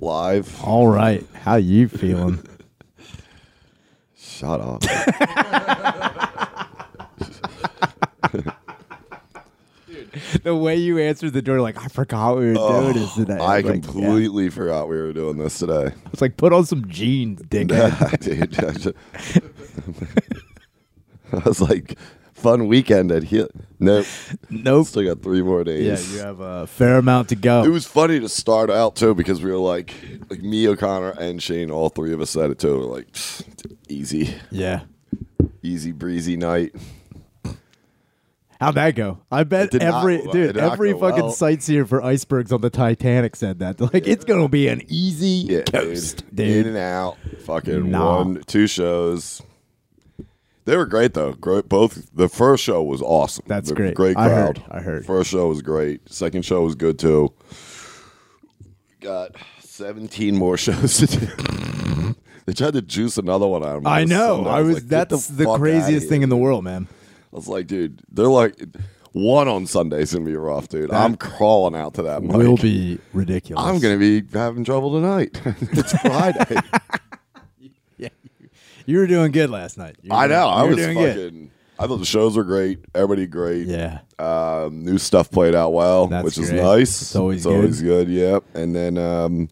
live. All right. How you feeling? Shut up. the way you answered the door, like I forgot we were doing this today. Oh, I It's like, yeah. completely forgot we were doing this today. It's like put on some jeans, dickhead. Dude, I, ju- I was like, fun weekend at here. Nope. nope. Still got three more Yeah, days. you have a fair amount to It go. was funny to start out too because we were like, like me, O'Connor, and Shane, all three of us said it too. We're like, "Pfft, easy, yeah. easy breezy night. How'd that go? I bet did not every go well. It dude, did not every go fucking well. sightseer for icebergs on the Titanic said that. They're like, it's gonna be an easy Yeah, coast, dude. dude. In and out. Fucking Nah. one, two shows. They were great though. Great. Both the first show was awesome. That's The great. Great I crowd. heard, I heard. First show was great. Second show was good too. Got seventeen more shows to do. they tried to juice another one out of me. I on know. Sunday. I was. like, get that's the, the, fuck outta craziest here. thing in the world, man. I was like, dude, they're like one on Sunday's gonna be rough, dude. I'm crawling out to that. Mic. Will be ridiculous. I'm gonna be having trouble tonight. it's Friday. Yeah, you- you were doing good last night. You I were- know. I you were was doing fucking. good. I thought the shows were great. Everybody great. Yeah. Um, new stuff played out well, That's which is great. nice. It's always it's always good. Yep. And then, um,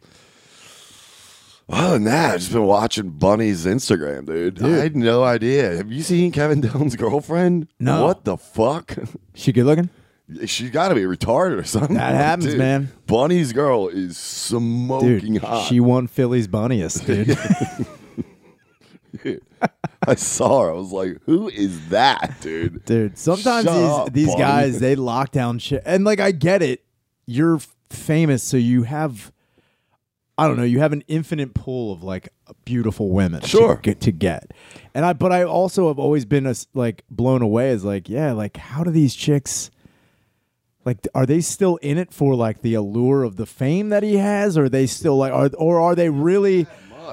other than that, I've just been watching Bunny's Instagram, dude. I had no idea. Have you seen Kevin Dillon's girlfriend? No. What the fuck? She good looking. She got to be retarded or something. That happens, Dude, man. Bunny's girl is smoking Dude, hot. she won Philly's bunniest, dude. I saw her. I was like, "Who is that, dude?" dude. Sometimes Shut these up, these Bonnie. guys they lock down shit, and like I get it. You're f- famous, so you have, I don't know, you have an infinite pool of like beautiful women. to Sure. get to get, and I but I also have always been as like blown away as like yeah, like how do these chicks. Like, are they still in it for like the allure of the fame that he has? Or are they still like, are, or are they really?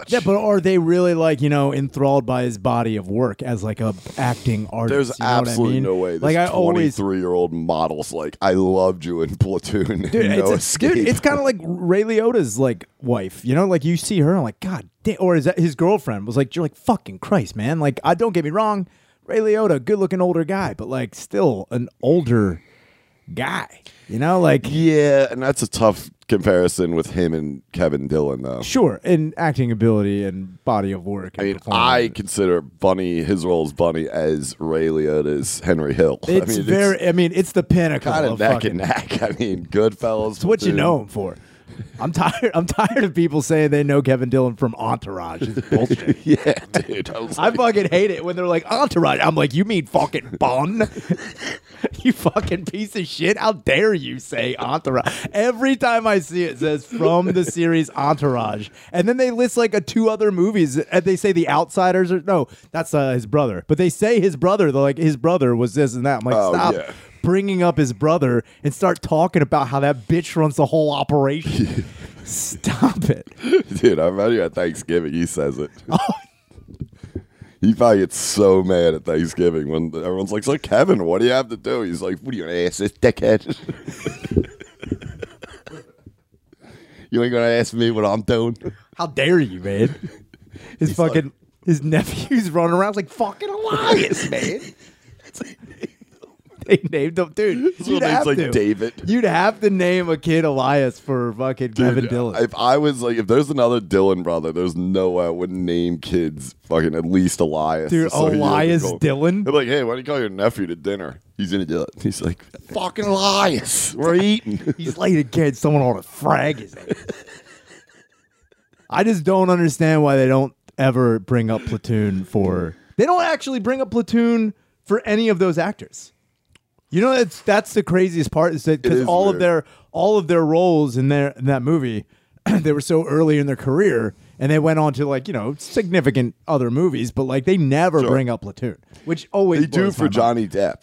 Yeah, but are they really like you know enthralled by his body of work as like a acting artist? There's you know what I absolutely mean? no way. This Like I always, 23 year old models like I loved you in Platoon. dude, no it's, escape. kind of like Ray Liotta's like wife. You know, like you see her, and I'm like, God damn, or is that his girlfriend was like, you're like fucking Christ, man. Like I don't get me wrong, Ray Liotta, good looking older guy, but like still an older guy. You know, like yeah, and that's a tough comparison with him and Kevin Dillon, though. sure, in acting ability and body of work. I and mean, performance. I consider Bunny his role as Bunny as Ray Liotta's Henry Hill. It's I mean, very. I mean, it's the pinnacle kind of of neck fucking and neck. I mean, Goodfellas. It's what you know him for. I'm tired. I'm tired of people saying they know Kevin Dillon from Entourage. It's bullshit. Yeah, dude. I was I like, fucking hate it when they're like Entourage. I'm like, you mean fucking Bun? you fucking piece of shit! How dare you say Entourage? Every time I see it, it says from the series Entourage, and then they list like a two other movies. And they say The Outsiders or no, that's uh, his brother. But they say his brother. They're like his brother was this and that. I'm like, Oh, stop. yeah. Bringing up his brother and start talking about how that bitch runs the whole operation. Stop it. dude, I remember you at Thanksgiving. He says it. Oh. He probably gets so mad at Thanksgiving when everyone's like, "So Kevin, what do you have to do?" He's like, "What are you gonna ask this dickhead? you ain't gonna ask me what I'm doing." How dare you, man? His fucking his nephews running around like fucking Elias, man. they named him, dude. His you'd little have name's like to. David. You'd have to name a kid Elias for fucking Kevin Dillon. If I was like, if there's another Dylan brother, there's no way I wouldn't name kids fucking at least Elias. Dude, just so he doesn't Elias go- Dylan? They're like, hey, why do you call your nephew to dinner? He's gonna do it. He's like, fucking Elias. We're eating. He's late again. Someone ought to frag his ass. I just don't understand why they don't ever bring up Platoon for. They don't actually bring up Platoon for any of those actors. You know that's that's the craziest part is that It because is all of weird. their all of their roles in their in that movie, they were so early in their career and they went on to like you know significant other movies, but like they never bring up Platoon, which always they do blows my for mind. Johnny Depp.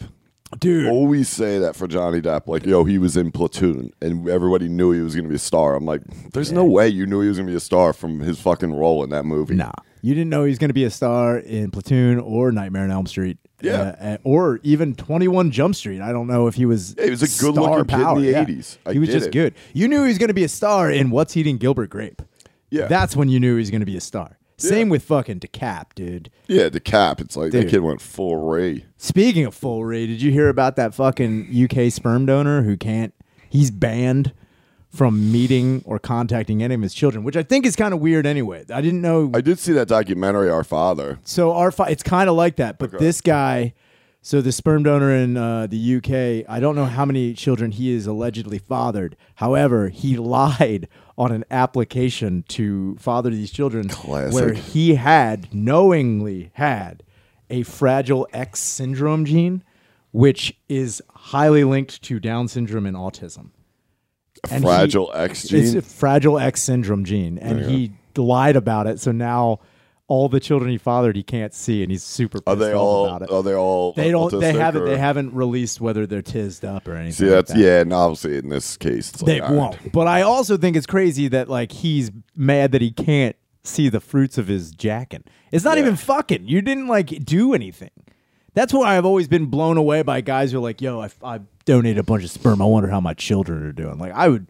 dude. always say that for Johnny Depp, like, yo, he was in Platoon and everybody knew he was going to be a star. I'm like, there's no way you knew he was going to be a star from his fucking role in that movie. Nah, you didn't know he's going to be a star in Platoon or Nightmare on Elm Street. Yeah. uh, uh, or even Twenty One Jump Street. I don't know if he was. Yeah, he was a star good-looking kid in power. the Yeah. 80s. I He was get just it. good. You knew he was going to be a star in What's Eating Gilbert Grape. Yeah. That's when you knew he was going to be a star. Same with fucking DeCap, dude. Yeah, the cap. It's like Dude. that kid went full Ray. Speaking of Foley, did you hear about that fucking UK sperm donor who can't? He's banned from meeting or contacting any of his children, which I think is kind of weird. Anyway, I didn't know. I did see that documentary, Our Father. so our fi- it's kind of like that, but this guy. So the sperm donor in uh, the UK, I don't know how many children he is allegedly fathered. However, he lied on an application to father these children, Classic. where he had knowingly had a fragile X syndrome gene, which is highly linked to Down syndrome and autism. And he- Fragile X It's gene. a fragile X syndrome gene, and he lied about it. So now all the children he fathered, he can't see, and he's super. Pissed Are they off all? About it. Are they all? They don't. They autistic haven't. or- They haven't released whether they're tizzed up or anything. See, like that's that. yeah. And obviously, in this case, it's like, They all right. won't. But I also think it's crazy that like he's mad that he can't see the fruits of his jacking. It's not even fucking. You didn't like do anything. That's why I've always been blown away by guys who are like, "Yo, I, I donated a bunch of sperm. I wonder how my children are doing." Like, I would.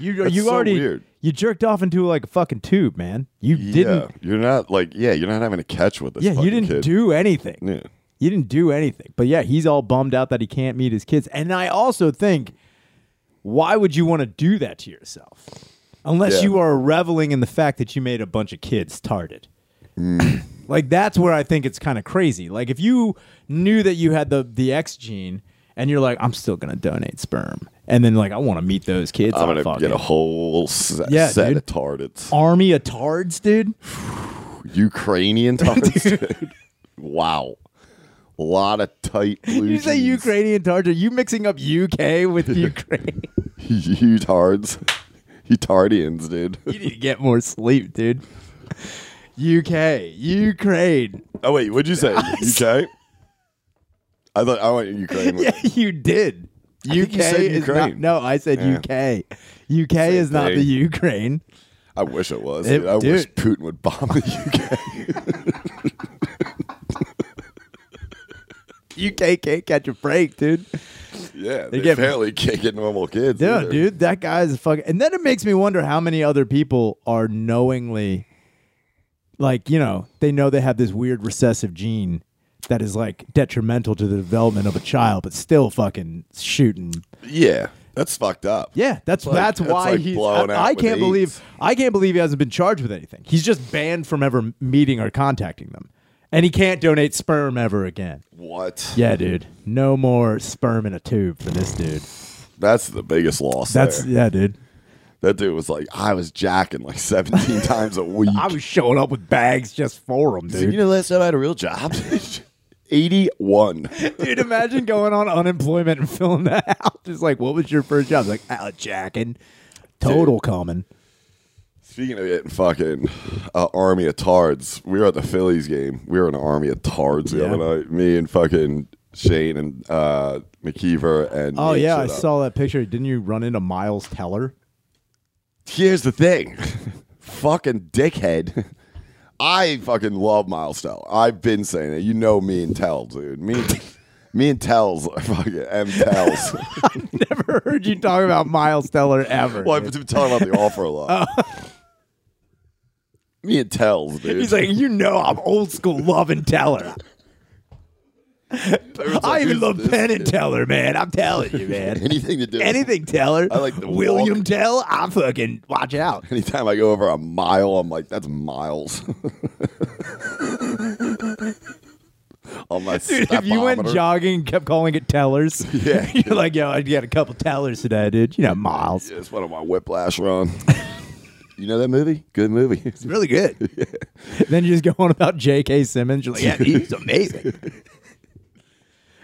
You you so already weird. you jerked off into like a fucking tube, man. You Yeah, didn't. you're not like yeah. You're not having a catch with this. Yeah, you fucking didn't kid. do anything. Yeah. You didn't do anything. But yeah, he's all bummed out that he can't meet his kids. And I also think, why would you want to do that to yourself? Unless Yeah. you are reveling in the fact that you made a bunch of kids tarted. Mm. like that's where I think it's kind of crazy. Like if you knew that you had the the X gene and you're like, I'm still gonna donate sperm, and then like I want to meet those kids. I'm I'll gonna fucking- get a whole set, Yeah, set dude. of targets. army of tards, dude. Ukrainian targets. dude. Wow, a lot of tight. Blue You say jeans. Ukrainian tards? Are you mixing up UK with Ukraine? You tards. You tardians, dude. You need to get more sleep, dude. UK, Ukraine. Oh wait, what'd you say? UK. I thought I went Ukraine. Yeah, you did. UK think you said is Ukraine. not. No, I said Yeah. UK. UK is not thing. the Ukraine. I wish it was. It- dude. I wish dude. Putin would bomb the UK. UK can't catch a break, dude. yeah, they, get- apparently can't get normal kids. Yeah, either. dude, that guy's a fucking. And then it makes me wonder how many other people are knowingly, like, you know, they know they have this weird recessive gene that is like detrimental to the development of a child, but still fucking shooting Yeah, that's fucked up. Yeah, that's like- that's that's why like he's. blowing I, out I with can't AIDS. believe I can't believe he hasn't been charged with anything. He's just banned from ever meeting or contacting them, and he can't donate sperm ever again. What? Yeah, dude, no more sperm in a tube for this dude. That's the biggest loss. That's there. yeah, dude. that dude was like, I was jacking like 17 times a week. I was showing up with bags just for him, dude. know, last time I had a real job, 81. Dude, imagine going on unemployment and filling that out. Just like, what was your first job? Like, ah, jacking, total coming. Speaking of getting fucking uh, army of tards, we were at the Phillies game. We were in an army of tards the Yeah. other night. Me and fucking Shane and uh, McKeever and Oh Nate yeah, I showed up. saw that picture. Didn't you run into Miles Teller? Here's the thing, fucking dickhead. I fucking love Miles Teller. I've been saying it. You know me and Tell, dude. Me, and- me and Tells, are fucking M Tells. Never heard you talk about Miles Teller ever. Well, I've been talking about the offer a lot. Uh, Me and Tells, dude. He's like, you know, I'm old school love and teller. Everyone's like, I even "Who's love this Penn and kid?" Teller, man. I'm telling you, man. Anything to do. Anything Teller. I like the William walk. Tell. I fucking watch out. Anytime I go over a mile, I'm like, that's miles. On my Dude, if you went speedometer. jogging and kept calling it Tellers, Yeah. you're like, yo, I got a couple Tellers today, dude. You know, Miles. Yeah, it's one of my whiplash run. you know that movie? Good movie. It's really good. Then you just go on about J.K. Simmons. You're like, yeah, he's amazing.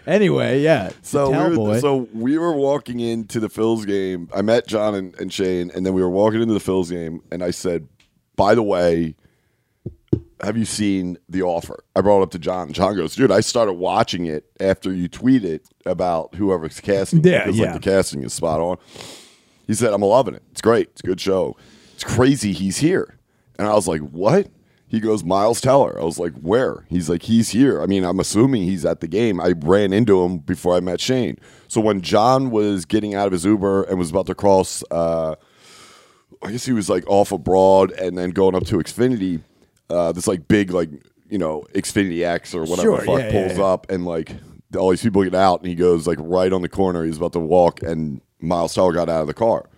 anyway, yeah. So Tell we were, boy. so we were walking into the Phil's game. I met John and, and Shane, and then we were walking into the Phil's game, and I said, "By the way, have you seen The Offer?" I brought it up to John. John goes, "Dude, I started watching it after you tweeted about whoever's casting. Yeah, because, yeah. Like, the casting is spot on." He said, "I'm loving it. It's great. It's a good show. It's crazy he's here." And I was like, "What?" He goes, "Miles Teller." I was like, "Where?" He's like, "He's here." I mean, I'm assuming he's at the game. I ran into him before I met Shane. So when John was getting out of his Uber and was about to cross uh, I guess he was like off abroad and then going up to Xfinity. Uh, this like big like you know Xfinity X or whatever Sure, the fuck yeah, yeah, pulls yeah. up and like all these people get out and he goes like right on the corner. He's about to walk and Miles Teller got out of the car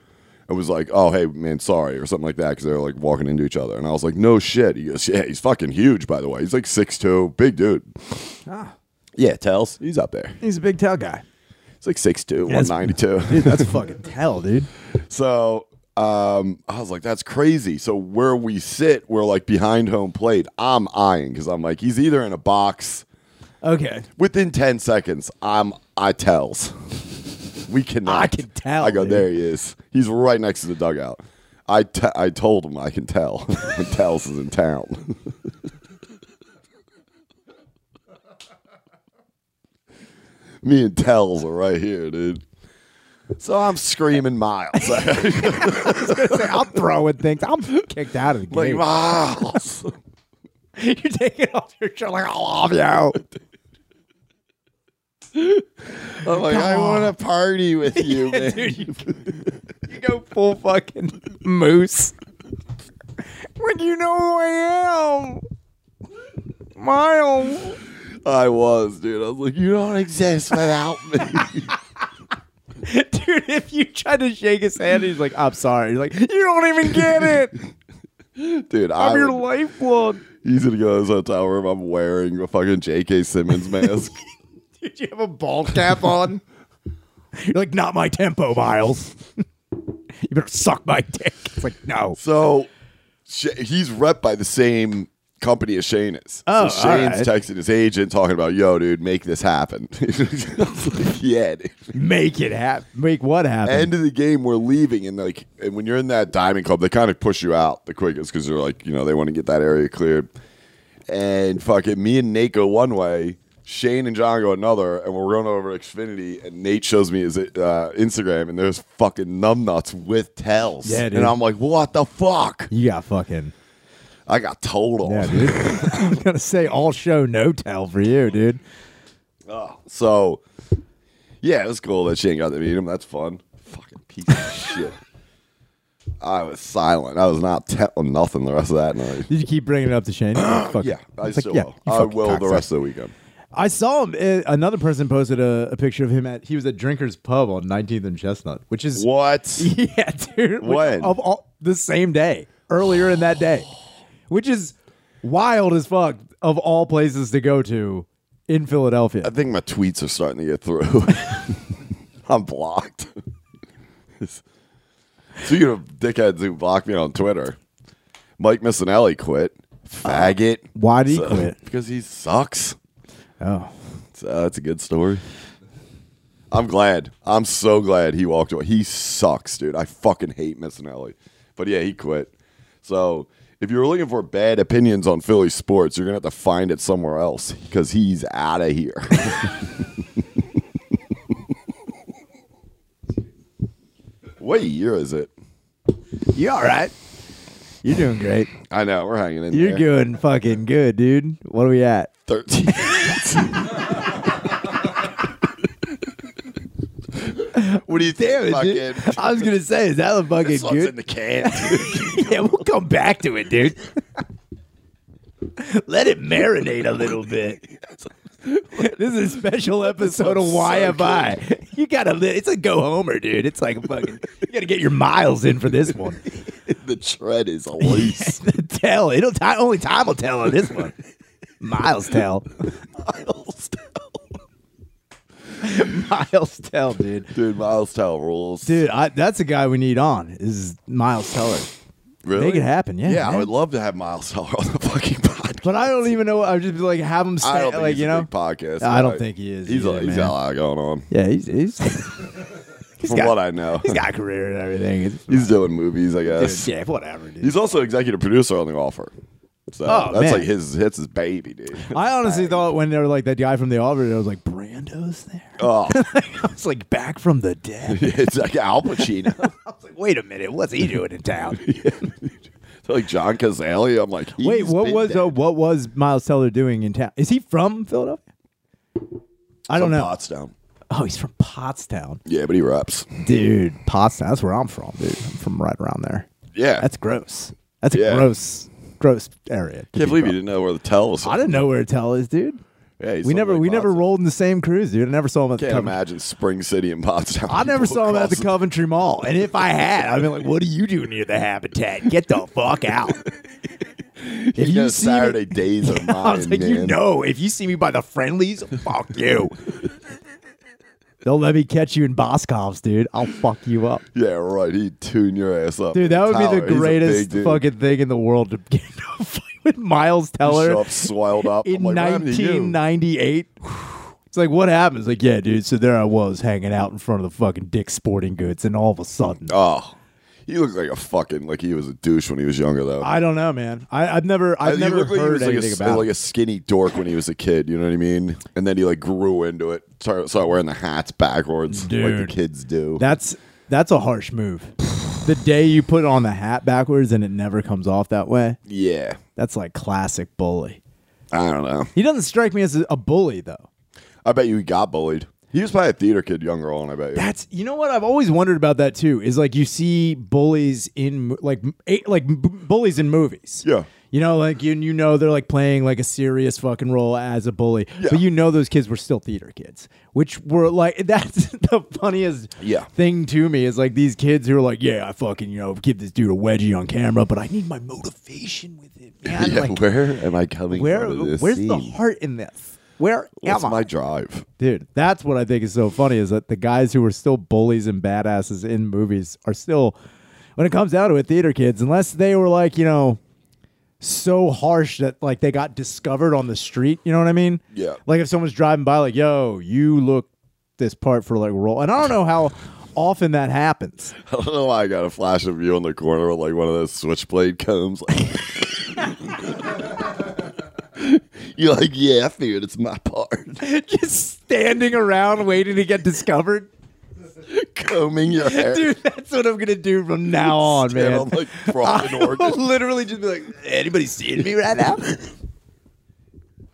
and was like, "Oh hey man, sorry" or something like that because they were like walking into each other. And I was like, "No shit." He goes, "Yeah, he's fucking huge by the way. He's like six two, big dude." Ah. Yeah, Tells. He's up there. He's a big tail guy. He's like 6'2", Yes. 192. Dude, that's fucking tell, dude. So um, I was like, that's crazy. So where we sit, we're like behind home plate. I'm eyeing because I'm like, he's either in a box Okay. within 10 seconds. I'm, I tells. We cannot. I can tell, I go, dude. there he is. He's right next to the dugout. I, te- I told him I can tell. when tells is in town. Me and Tells are right here, dude. So I'm screaming miles. I'm throwing things. I'm kicked out of the Like game. Miles. You're taking off your shirt like I love you. I'm like, I want to party with you, man. Dude, you, you go full fucking moose. When you know who I am, Miles. I was, dude. I was like, you don't exist without me. Dude, if you tried to shake his hand, he's like, I'm sorry. He's like, you don't even get it. dude, I'm I your would- lifeblood. he's going to go to this hotel room. I'm wearing a fucking J.K. Simmons mask. Did you have a ball cap on? You're like, not my tempo, Miles. you better suck my dick. It's like, no. so Sh- he's rep by the same company as Shane is. Oh, so all right. Shane's texting his agent talking about, yo, dude, make this happen. I was like, yeah, dude. Make it happen. Make what happen? end of the game, we're leaving, and like, and when you're in that diamond club, they kind of push you out the quickest because they're like, you know, they want to get that area cleared. And fucking me and Nate go one way, Shane and John go another, and we're going over to Xfinity, and Nate shows me his uh, Instagram, and there's fucking numbnuts with tells, Yeah, dude. and I'm like, what the fuck? you got fucking. I got told on. Yeah, dude. I'm gonna say all show no tell for you, dude. So, yeah, it was cool that Shane got to meet him. That's fun. Fucking piece of shit. I was silent. I was not telling nothing the rest of that night. Did you keep bringing it up to Shane? Fuck. Yeah, I It's like, still yeah, will. you I fucking will the cocksucker. rest of the weekend. I saw him. uh, another person posted a, a picture of him at. He was at Drinker's Pub on 19th and Chestnut, which is What? yeah, dude. which- When? of all the same day earlier in that day, which is wild as fuck. Of all places to go to in Philadelphia, I think my tweets are starting to get through. I'm blocked. Speaking of dickheads who blocked me on Twitter, Mike Missinelli quit. Faggot. why did Uh, he So- quit? Because he sucks. Oh, So Uh, that's a good story. I'm glad. I'm so glad he walked away. He sucks, dude. I fucking hate Missinelli. But yeah, he quit. So if you're looking for bad opinions on Philly sports, you're gonna have to find it somewhere else because he's out of here. what year is it? you all right? You're doing great. I know we're hanging in. You're there. doing fucking good, dude. What are we at? Thirteen. what do you Damn it, think? fucking- dude. I was gonna say, is that a fucking This one's good? in the can. yeah, we'll come back to it, dude. Let it marinate a little bit. this is a special episode of one's so YFI. you gotta, li- it's a go homer, dude. It's like a fucking, you gotta get your miles in for this one. the tread is loose. tell it'll ti only time will tell on this one. Miles tell, Miles Tell. miles tell, dude. Dude, Miles Tell rules. Dude, I, that's a guy we need on. Is Miles Teller? really? Make it happen, yeah. Yeah, I man. would love to have Miles Teller on the fucking podcast. But I don't even know. I would just be like, have him stay. I don't think like he's you a know, big podcast. I don't guy. think he is He's, either, a, he's got man. a lot going on. yeah, he's he's he's From got, what I know, he's got a career and everything. It's, he's doing movies. I guess dude, yeah, whatever, dude. he's also executive producer on The Offer. So Oh, that's man. like his that's his baby, dude. I honestly thought when they were like that guy from the Auburn, I was like Brando's there. Oh, I was like back from the dead. it's like Al Pacino, I was like, wait a minute, what's he doing in town? like John Cazale. I'm like, he's wait, what been was dead. uh, what was Miles Teller doing in town? Is he from Philadelphia? I don't From know. Potsdam. Oh, he's from Pottstown, Yeah, but he raps. dude. Pottstown, that's where I'm from, dude. I'm from right around there. Yeah. That's gross. That's a Yeah. gross, gross area. Can't believe you didn't know where the tell was. I didn't know where Tell is, dude. Yeah, he's we never something we like never Boston. rolled in the same cruise, dude. I never saw him at the Can't Coventry. imagine Spring City and Pottstown. I never People saw him at the crossing- Coventry Mall, and if I had, I'd be like, "What are you doing near the habitat? Get the fuck out!" if You got see me- Saturday days of mine, I was like, man. "You know, if you see me by the friendlies, fuck you." Don't let me catch you in Boscov's, dude. I'll fuck you up. Yeah, right. He'd tune your ass up. Dude, that would Tyler, be he's the a greatest big dude. fucking thing in the world to get into a fight with Miles Teller Show up, swelled up. in I'm like, what happened to you? 1998. It's like, what happens? Like, yeah, dude. So there I was hanging out in front of the fucking Dick's Sporting Goods, and all of a sudden, Oh, he looked like a fucking like he was a douche when he was younger though. I don't know, man. I, I've never, I've he never looked like he heard was like a, anything s- about. like it. a skinny dork when he was a kid. You know what I mean? And then he like grew into it. Started, started wearing the hats backwards like the Dude. kids do. That's that's a harsh move. the day you put on the hat backwards and it never comes off that way, yeah, that's like classic bully. I don't know. He doesn't strike me as a, a bully though. I bet you he got bullied. He was probably a theater kid younger on. I bet you. That's you know what I've always wondered about that too is like you see bullies in mo- like m- eh, like b- bullies in movies. Yeah. You know, like you you know they're like playing like a serious fucking role as a bully, Yeah. but you know those kids were still theater kids, which were like that's the funniest Yeah. thing to me is like these kids who are like, yeah, I fucking you know give this dude a wedgie on camera, but I need my motivation with it, man. yeah, like, where am I coming where from? to this where's the scene? heart in this? Where What's am I? my drive? Dude, that's what I think is so funny is that the guys who are still bullies and badasses in movies are still, when it comes down to it, theater kids, unless they were like, you know, so harsh that like they got discovered on the street. You know what I mean? Yeah. Like if someone's driving by, like, yo, you look this part for like role. And I don't know how often that happens. I don't know why I got a flash of you on the corner with like one of those switchblade combs. You're like, yeah, I figured it's my part. Just standing around waiting to get discovered. Combing your hair. Dude, that's what I'm gonna do from now on, Stand man. on, like Robin I will Orchid. literally just be like, anybody seeing me right now?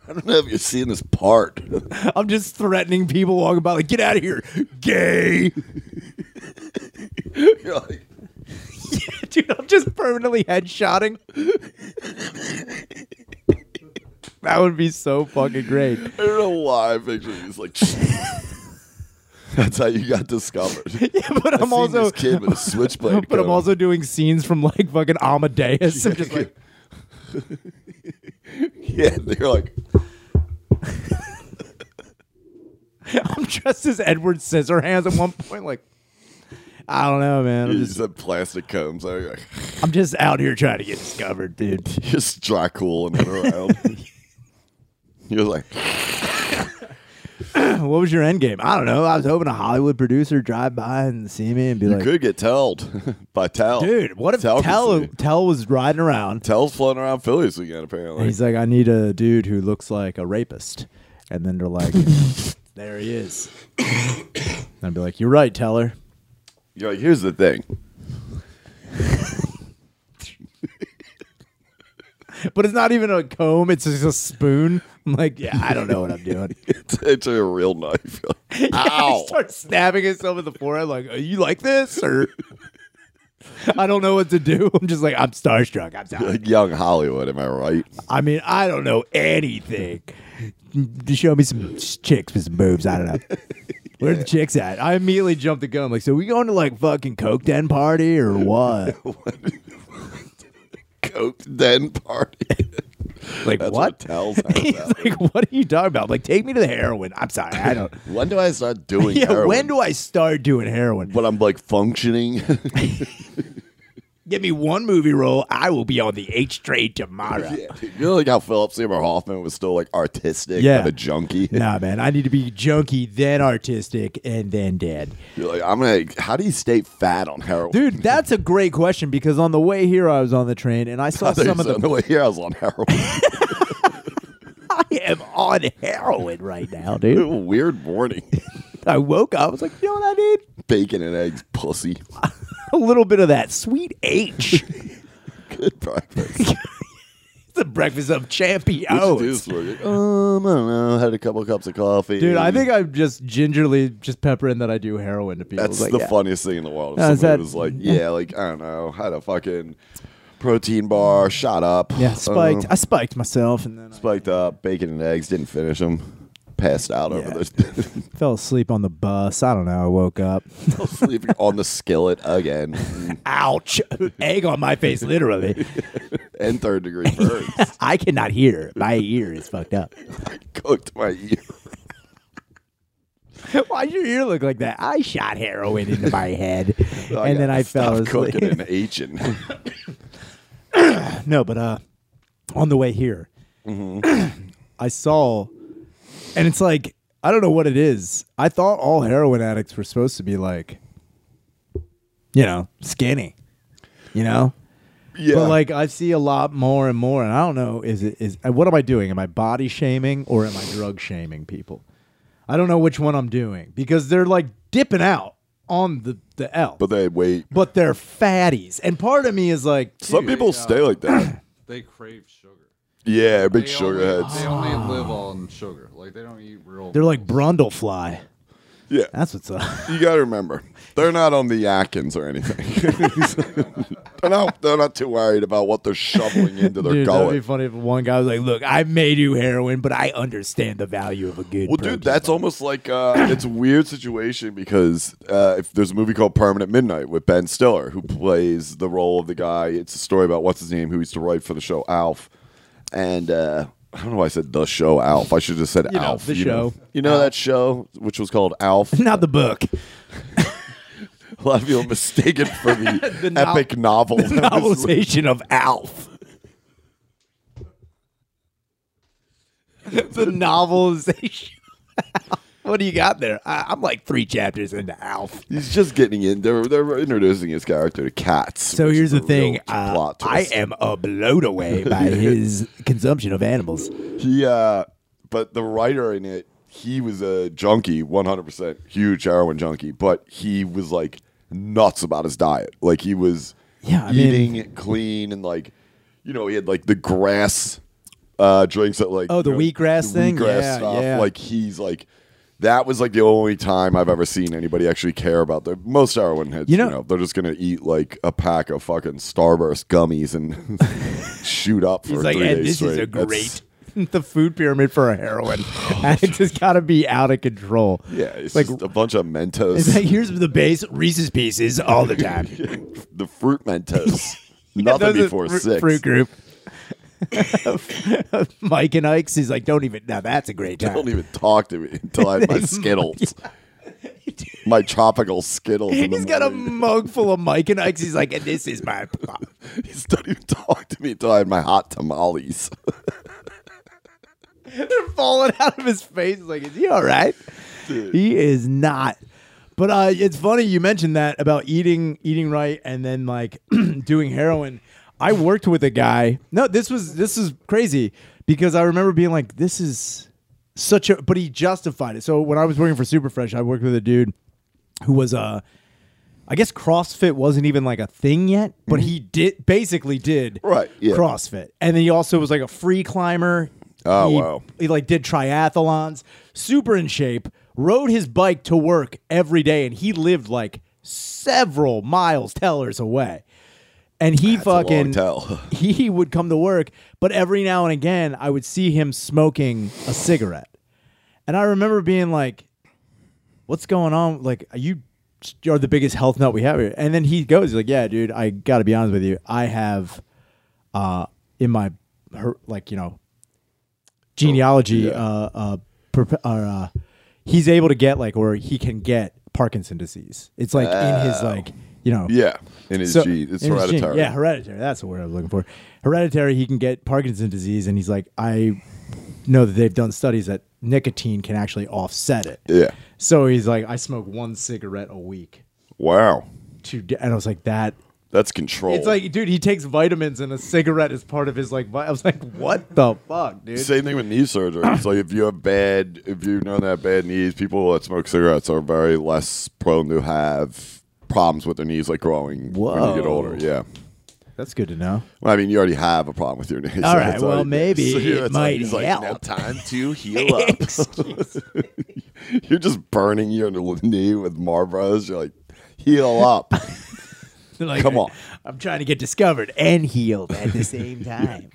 I don't know if you're seeing this part. I'm just threatening people walking by, like, get out of here, gay. You're like, Dude, I'm just permanently headshotting. that would be so fucking great. I don't know why I picture you. It's like, that's how you got discovered. Yeah, but I I'm seen also, this kid uh, with a switchblade. but I'm comb. also doing scenes from like fucking Amadeus. I'm just like, yeah. They're like, I'm dressed as Edward Scissorhands at one point. Like, I don't know, man. I'm you just, just have plastic combs. They're Like, I'm just out here trying to get discovered, dude. just dry cool and run around. You're like, What was your end game? I don't know. I was hoping a Hollywood producer drive by and see me and be like, You could get telled by Tal. dude, what if Tal Tell can Tell, see. was riding around Tal's floating around Philly this weekend, and apparently. he's like, I need a dude who looks like a rapist, and then they're like, there he is. And I'd be like, you're right, Teller. You're like, here's the thing. But it's not even a comb; it's just a spoon. I'm like, yeah, I don't know what I'm doing. It's, it's a real knife. You're like, Ow. he starts stabbing himself in the forehead, like, "Are you like this?" Or I don't know what to do. I'm just like, I'm starstruck. I'm sorry. Like young Hollywood, am I right? I mean, I don't know anything. Just show me some chicks with some boobs. I don't know. Where the chicks at? I immediately jumped the gun. like, so we going to like fucking Coke Den party or what? Coke den party. Like That's what? what Tal's house He's out. like, what are you talking about? I'm like, take me to the heroin. I'm sorry, I don't. When do I start doing Yeah, heroin? when do I start doing heroin? When I'm like functioning. Give me one movie role. I will be on the H train tomorrow. yeah, dude, you know, like how Philip Seymour Hoffman was still like artistic Yeah. and a junkie. Nah, man, I need to be junkie, then artistic, and then dead. You're like, I'm gonna. How do you stay fat on heroin? Dude, that's a great question because on the way here, I was on the train and I saw I thought you some of said the. the way here I was on heroin. I am on heroin right now, dude. Weird morning. I woke up. I was like, you know what I need? Bacon and eggs, pussy. A little bit of that sweet H. Good breakfast. It's the breakfast of champions. What you do this for? You're like, um, I don't know. Had a couple cups of coffee. Dude, I think I'm just gingerly just peppering that I do heroin to people. that's Like, the yeah. funniest thing in the world. If Uh, somebody is that- was like, yeah, like I don't know, had a fucking protein bar, shot up, Yeah, spiked. spiked. I spiked myself and then spiked up, bacon and eggs, didn't finish them, passed out Yeah. over this, I fell asleep on the bus. I don't know. I woke up. sleeping on the skillet again, Ouch! Egg on my face, literally. and third degree burns. I cannot hear. My ear is fucked up. Cooked my ear. Why'd your ear look like that? I shot heroin into my head, and then gotta I stop fell asleep. Cooking and aging. No, but uh, on the way here, Mm-hmm. I saw, and it's like I don't know what it is. I thought all heroin addicts were supposed to be like, you know, skinny, you know. yeah, But like I see a lot more and more, and I don't know is it is uh, what am I doing? Am I body shaming or am I drug shaming people? I don't know which one I'm doing because they're like dipping out on the the L, but but, they wait. they're fatties, and part of me is like, Some dude, uh, people stay like that. They crave sugar. Yeah, big They sugar only, heads. They only live on sugar. Like they don't eat real. they're like Brundlefly. Yeah, That's what's up. you got to remember, they're not on the Atkins or anything. they're not. They're not too worried about what they're shoveling into their Dude, that'd be gullet. funny if one guy was like, "Look, I may do heroin, but I understand the value of a good." Well, dude, that's almost like uh, it's a weird situation because uh, if there's a movie called Permanent Midnight with Ben Stiller, who plays the role of the guy. It's a story about what's his name, who used to write for the show Alf, and uh, I don't know why I said the show Alf. I should have said You know, Alf. the you show. know, you know that show which was called Alf. not the book. A lot of people mistaken for the, nov- epic novel. that was Novelization of Alf. the novelization. what do you got there? I, I'm like three chapters into Alf. He's just getting in. They're they're introducing his character to cats. So which here's is a the thing. real uh, plot I twist. am a blown away by his consumption of animals. He, uh, but the writer in it, he was a junkie, 100 percent huge heroin junkie. But he was like nuts about his diet. Like he was Yeah, I mean- eating clean and like, you know, he had like the grass uh, drinks that like Oh, the you know, wheatgrass thing? Yeah, yeah. Like he's like. That was like the only time I've ever seen anybody actually care about the most heroin heads. You You know- know, they're just gonna eat like a pack of fucking Starburst gummies and shoot up for He's like, three and days this is straight." a That's- great. the food pyramid for a heroin. it's just got to be out of control. Yeah, it's like just a bunch of Mentos. It's like here's the base Reese's Pieces all the time. the fruit Mentos. Nothing Those are before fru- six. Fruit group. Mike and Ike's is like, don't even. Now that's a great time. Don't even talk to me until I have my Skittles, my tropical Skittles. in the He's got a morning. mug full of Mike and Ike's. He's like, and this is my pop. He's don't even talk to me until I have my hot tamales. They're falling out of his face. Like, is he all right? He is not. But uh, it's funny you mentioned that about eating eating right and then like doing heroin. I worked with a guy. No, this was this is crazy because I remember being like, this is such a. But he justified it. So when I was working for Superfresh, I worked with a dude who was uh, I guess CrossFit wasn't even like a thing yet, but he did basically did Mm-hmm. Right, yeah. CrossFit, and then he also was like a free climber. Oh, He- wow. He like did triathlons, super in shape, rode his bike to work every day, and he lived like several miles tellers away. And he a long fucking tell. he would come to work, but every now and again I would see him smoking a cigarette. And I remember being like, what's going on? Like, are you you're the biggest health nut we have here. And then he goes, he's like, yeah, dude, I got to be honest with you. I have, uh, in my, her, like, you know, genealogy, uh, uh, perp- or, uh, he's able to get like, or he can get Parkinson disease. It's like in his like, you know, Yeah, in his so- gene, it's in his gene. hereditary. Yeah, hereditary. That's the word I was looking for. Hereditary. He can get Parkinson's disease, and he's like, I know that they've done studies that nicotine can actually offset it. Yeah. So he's like, I smoke one cigarette a week. Wow, To d-. and I was like, that. that's control. It's like, dude, he takes vitamins, and a cigarette is part of his like. Vi- I was like, what the fuck, dude? Same thing with knee surgery. It's like if you have bad, if you know that bad knees, people that smoke cigarettes are very less prone to have problems with their knees, like growing when you get Whoa. older. Yeah, That's good to know. Well, I mean, you already have a problem with your name. All right, it's well, already- maybe you're- it it's might he's help. Like, now time to heal up. you're just burning your knee with Marlboros. You're like, heal up. Like, Come on. I'm trying to get discovered and healed at the same time.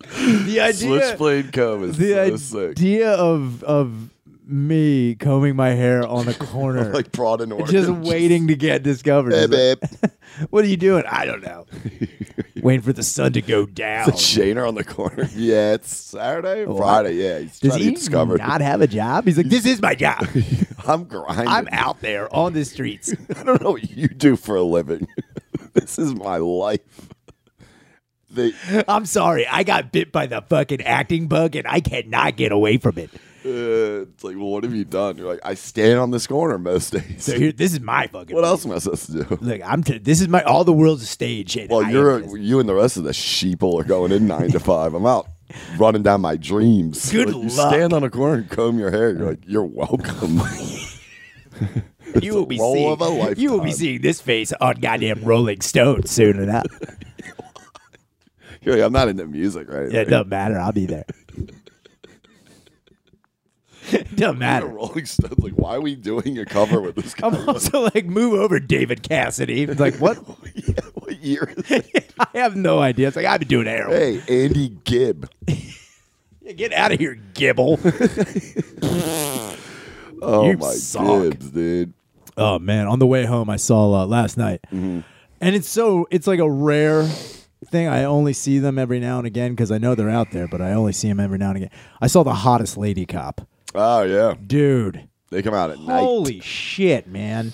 the idea, Switchblade comb is the so sick. idea of of me combing my hair on Oh the corner, Like brought in order. just waiting to get discovered. Hey, It's like, babe. what are you doing? I don't know. Waiting for the sun to go down. Shaner on the corner. Yeah, it's Saturday, Friday. Yeah, he's Does trying to he get discovered. not have a job? He's like, this is my job. I'm grinding. I'm out there on the streets. I don't know what you do for a living. this is my life. They, I'm sorry. I got bit by the fucking acting bug and I cannot get away from it. Uh, it's like, well, what have you done? You're like, I stand on this corner most days. So here, this is my fucking. what else am I supposed to do? Look, I'm. T- this is my. All the world's a stage. And Well, I you're am this. you and the rest of the sheeple are going in nine to five. I'm out running down my dreams. Good Like, you luck. stand on a corner and comb your hair. You're like, you're welcome. you will be role seeing. of a you will be lifetime. seeing this face on goddamn Rolling Stone soon enough. you're like, I'm not into music, right? Yeah, it doesn't matter. I'll be there. It doesn't The matter. Rolling Stones. Like, why are we doing a cover with this guy? I'm also like, move over, David Cassidy. It's like, what? yeah, what year is it? I have no idea. It's like I've been doing heroin. Hey, Andy Gibb. Yeah, Get out of here, Gibble. Oh You my suck. Gibbs, dude. oh man, on the way home I saw uh, last night, and it's so it's like a rare thing. I only see them every now and again because I know they're out there, but I only see them every now and again. I saw the hottest lady cop, Oh yeah, dude. they come out at night. Holy shit, man.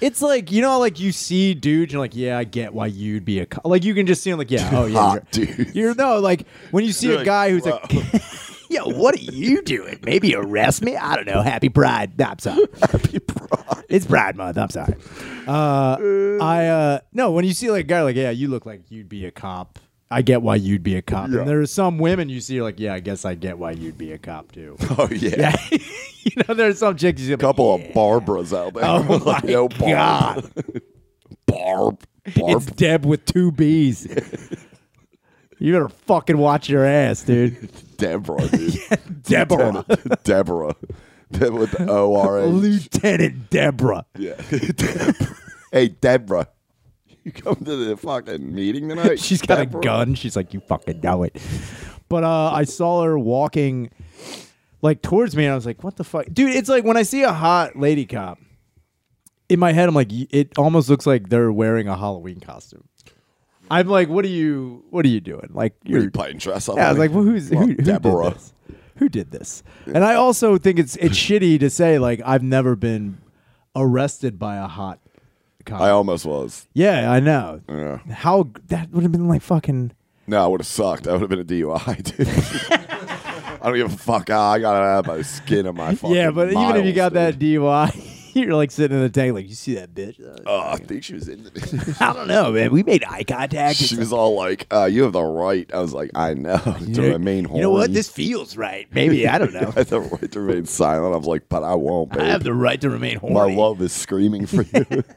It's like you know, how, like you see dudes, you're like, yeah, I get why you'd be a cop. Like you can just see him, like, yeah, oh yeah, Hot you're, dude. You're no like when you see You're a like, guy who's "Whoa." like, yo, what are you doing? Maybe arrest me? I don't know. Happy Pride. No, I'm sorry. Happy Pride. It's Pride Month. I'm sorry. Uh, I uh, no, when you see like a guy, like, yeah, you look like you'd be a cop. I get why you'd be a cop. Yeah. And there are some women you see, like, yeah, I guess I get why you'd be a cop too. Oh yeah. Yeah. you know, there's some chicks you see. like, couple yeah. of Barbaras out there. Oh my Like, yo, Barb. god. Barb. It's Barb. Deb with two B's. you better fucking watch your ass, dude. Deborah, dude. Deborah. Lieutenant Deborah. Deb with the O R A. Lieutenant Deborah. Yeah. Deborah. hey, Deborah. You come to the fucking meeting tonight? She's got Deborah? a gun. She's like, you fucking know it. But uh, I saw her walking like towards me, and I was like, what the fuck? Dude, it's like when I see a hot lady cop, in my head, I'm like, y- it almost looks like they're wearing a Halloween costume. I'm like, what are you, what are you doing? Like, What Are you're you playing dress up? Yeah, I was like, well, who's who, Well, who Deborah. Did this? Who did this? And I also think it's it's shitty to say like I've never been arrested by a hot cop. I almost was. yeah, I know. How that would have been like fucking. No, I would have sucked. That would have been a DUI, dude. I don't give a fuck. Ah, I got out of my skin of my fucking yeah, but even if you miles, got dude. that DUI, you're like sitting in the tank, like you see that bitch. Oh, I think she was in the I don't know, man. We made eye contact. It's She like, was all like, uh, "You have the right." I was like, "I know." to you know- remain You know what? horny. This feels right. Maybe I don't I know. have the right to remain silent. I was like, "But I won't, babe. I have the right to remain My horny. love is screaming for you."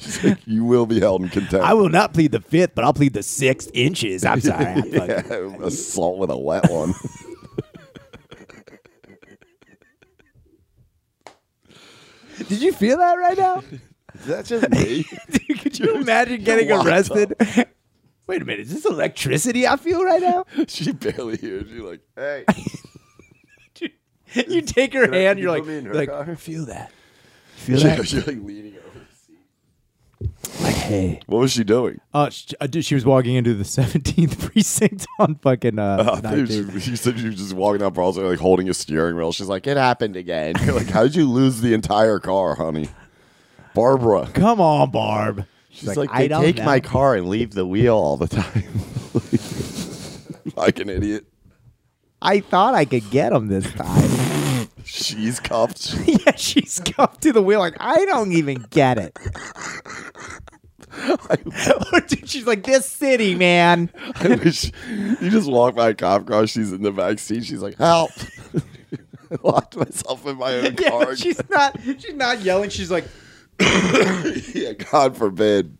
She's like, "You will be held in contempt." I will not plead the fifth, but I'll plead the sixth inches. I'm sorry. I'm fucking- yeah, assault with a wet one. Did you feel that right now? Is that just me? Dude, could you imagine getting locked arrested? Wait a minute, is this electricity I feel right now? she barely hears. She's like, "Hey." Dude, you take her hand, you're can you like, put me in you're her like, car? feel that. Feel She- that? She's like leaning over. the seat. like, hey. What was she doing? Uh, sh- uh, dude, she was walking into the 17th precinct on fucking uh, Uh, I think 19th. she, she said she was just walking up, also like holding a steering wheel. She's like, "It happened again." You're like, "How did you lose the entire car, honey?" Barbara. Come on, Barb. She's, She's like, they take my car and leave the wheel all the time. like an idiot. I thought I could get him this time. She's cuffed. yeah, she's cuffed to the wheel. Like, I don't even get it. or dude, she's like, this city, man. I wish you just walk by a cop car. She's in the back seat. She's like, help. locked myself in my own Yeah, car. she's not. She's not yelling. She's like, yeah, God forbid.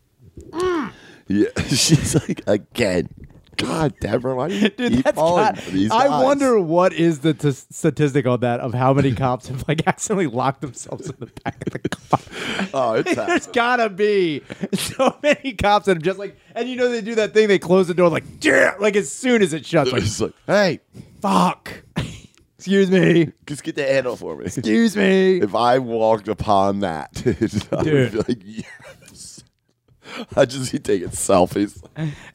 Mm. Yeah, she's like again. God, Deborah, why do you dude, keep that's falling got- for these I guys? wonder what is the t- statistic on that of how many cops have like accidentally locked themselves in the back of the car. Oh, it's There's happening. gotta be so many cops that are just like, and you know they do that thing. They close the door like, "Damn," like as soon as it shuts, like It's like, hey, fuck. Excuse me. just get the handle for me. Excuse me. If I walked upon that, dude, I Dude. would be like, yes. I just be taking selfies.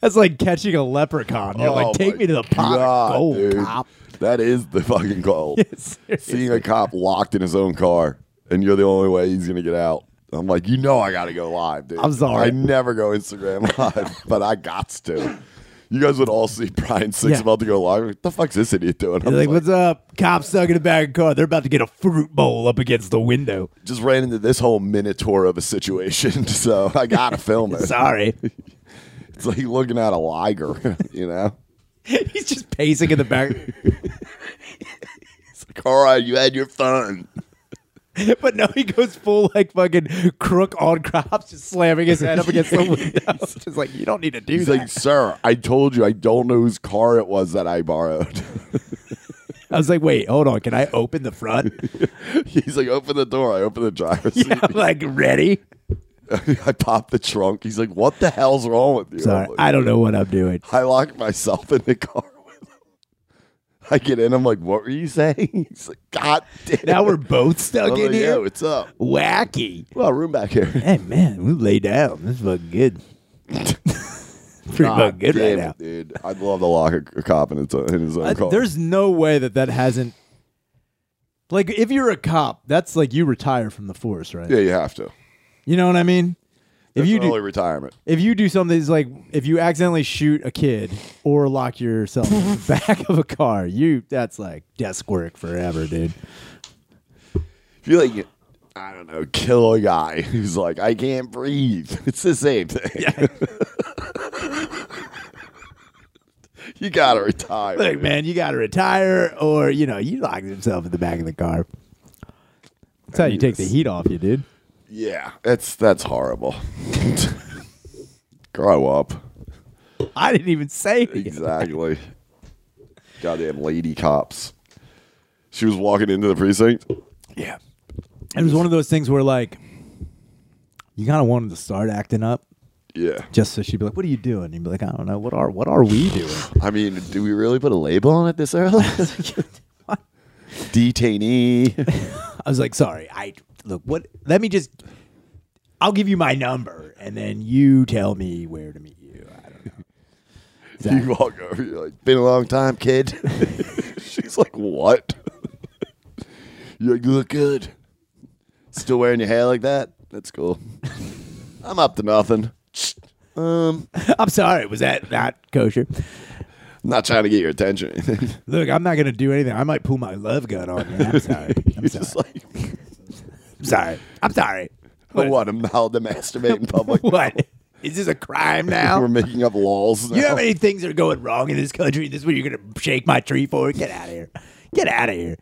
That's like catching a leprechaun. You're Oh like, take my me to the pot God, of gold, dude. cop. That is the fucking goal. Seriously. Seeing a cop locked in his own car, and you're the only way he's gonna get out. I'm like, you know, I gotta go live, dude. I'm sorry. I never go Instagram live, but I got to. You guys would all see Brian Six Yeah. about to go live. What the fuck's this idiot doing? They're I'm like, like, what's up? Cops stuck in the back of the car. They're about to get a fruit bowl up against the window. just ran into this whole minotaur of a situation, so I gotta film it. Sorry. It's like looking at a liger, you know. He's just pacing in the back. Like, all right, you had your fun. but no, he goes full like fucking crook on cops, just slamming his head up against the window. just like, you don't need to do He's that. like, sir, I told you I don't know whose car it was that I borrowed. I was like, wait, hold on. Can I open the front? He's like, open the door. I open the driver's yeah, I'm like, ready? seat. I pop the trunk. He's like, what the hell's wrong with you? Sorry. I'm like, I don't know what I'm doing. I lock myself in the car with him. I get in. I'm like, what were you saying? He's like, God damn. Now it." we're both stuck I'm in like, here. Yo, what's up? Wacky. Well, room back here. Hey man, we lay down. This fucking good. Pretty fucking God good right damn it, now. dude. I'd love to lock a, a cop in his own, in his own I- car. there's no way that that hasn't. Like, if you're a cop, that's like you retire from the force, right? yeah, you have to. You know what I mean? If That's you the only do, retirement. if you do something that's like if you accidentally shoot a kid or lock yourself in the back of a car, you that's like desk work forever, dude. If you like, I don't know, kill a guy who's like, I can't breathe. It's the same thing. you gotta retire. Look, man, you got to retire, or you know, you lock yourself in the back of the car. That's how you take the heat off you, dude. Yeah, that's that's horrible. Grow up. I didn't even say it. Exactly. Goddamn lady cops. She was walking into the precinct. Yeah. It was one of those things where like you kind of wanted to start acting up Yeah. just so she'd be like, "What are you doing?" And you'd be like, "I don't know. What are what are we doing?" I mean, do we really put a label on it this early? Detainee. I was like, "Sorry. I look, what let me just I'll give you my number and then you tell me where to meet you." I don't know. You walk over, you're like, been a long time, kid. She's like, what? you're like, you look good. Still wearing your hair like that? That's cool. I'm up to nothing. Um, I'm sorry. Was that not kosher? I'm not trying to get your attention. Look, I'm not going to do anything. I might pull my love gun on you. I'm sorry. I'm sorry. You're just like, I'm sorry. I'm sorry. what? I'm allowed to masturbate in public. What? Is this a crime now? We're making up laws now. You know how many things are going wrong in this country? This is what you're gonna shake my tree for? Get out of here! Get out of here!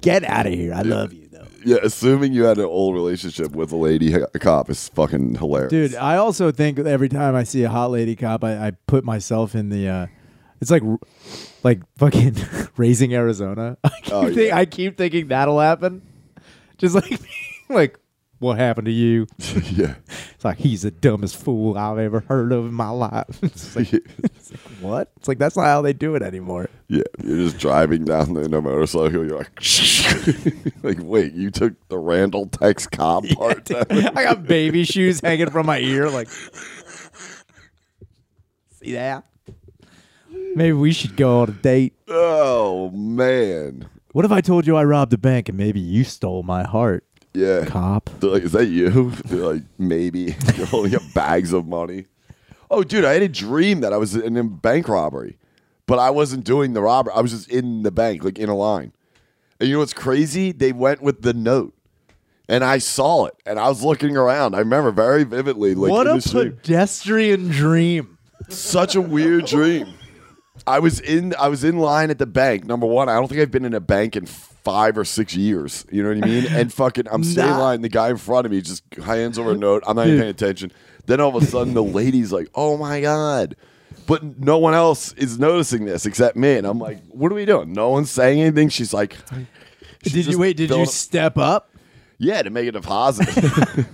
Get out of here! I love you though, yeah, assuming you had an old relationship with a lady h- cop is fucking hilarious. dude. I also think every time I see a hot lady cop, I, I put myself in the. Uh, it's like, like fucking raising Arizona. I keep, Oh, think, yeah. I keep thinking that'll happen. Just like, like what happened to you? yeah. It's like he's the dumbest fool I've ever heard of in my life. It's like, it's like, what? It's like that's not how they do it anymore. Yeah, you're just driving down the, in a motorcycle. You're like, like, wait, you took the Randall Tex cop part. I got baby shoes hanging from my ear. Like, see that? Maybe we should go on a date. oh man, What if I told you I robbed a bank and maybe you stole my heart, yeah. cop? They're like, is that you? They're like, maybe. You're holding up bags of money. Oh, dude, I had a dream that I was in a bank robbery, but I wasn't doing the robbery. I was just in the bank, like in a line. And you know what's crazy? They went with the note, and I saw it, and I was looking around. I remember very vividly. Like, what in a this dream. pedestrian dream. such a weird dream. I was in I was in line at the bank. Number one, I don't think I've been in a bank in five or six years. You know what I mean? And fucking, I'm standing in Nah. line. The guy in front of me just hands over a note. I'm not even paying attention. Then all of a sudden, the lady's like, "Oh my god." But no one else is noticing this except me, and I'm like, "What are we doing?" No one's saying anything. She's like, she Did just you wait? Did you filled- step up? yeah, to make a deposit.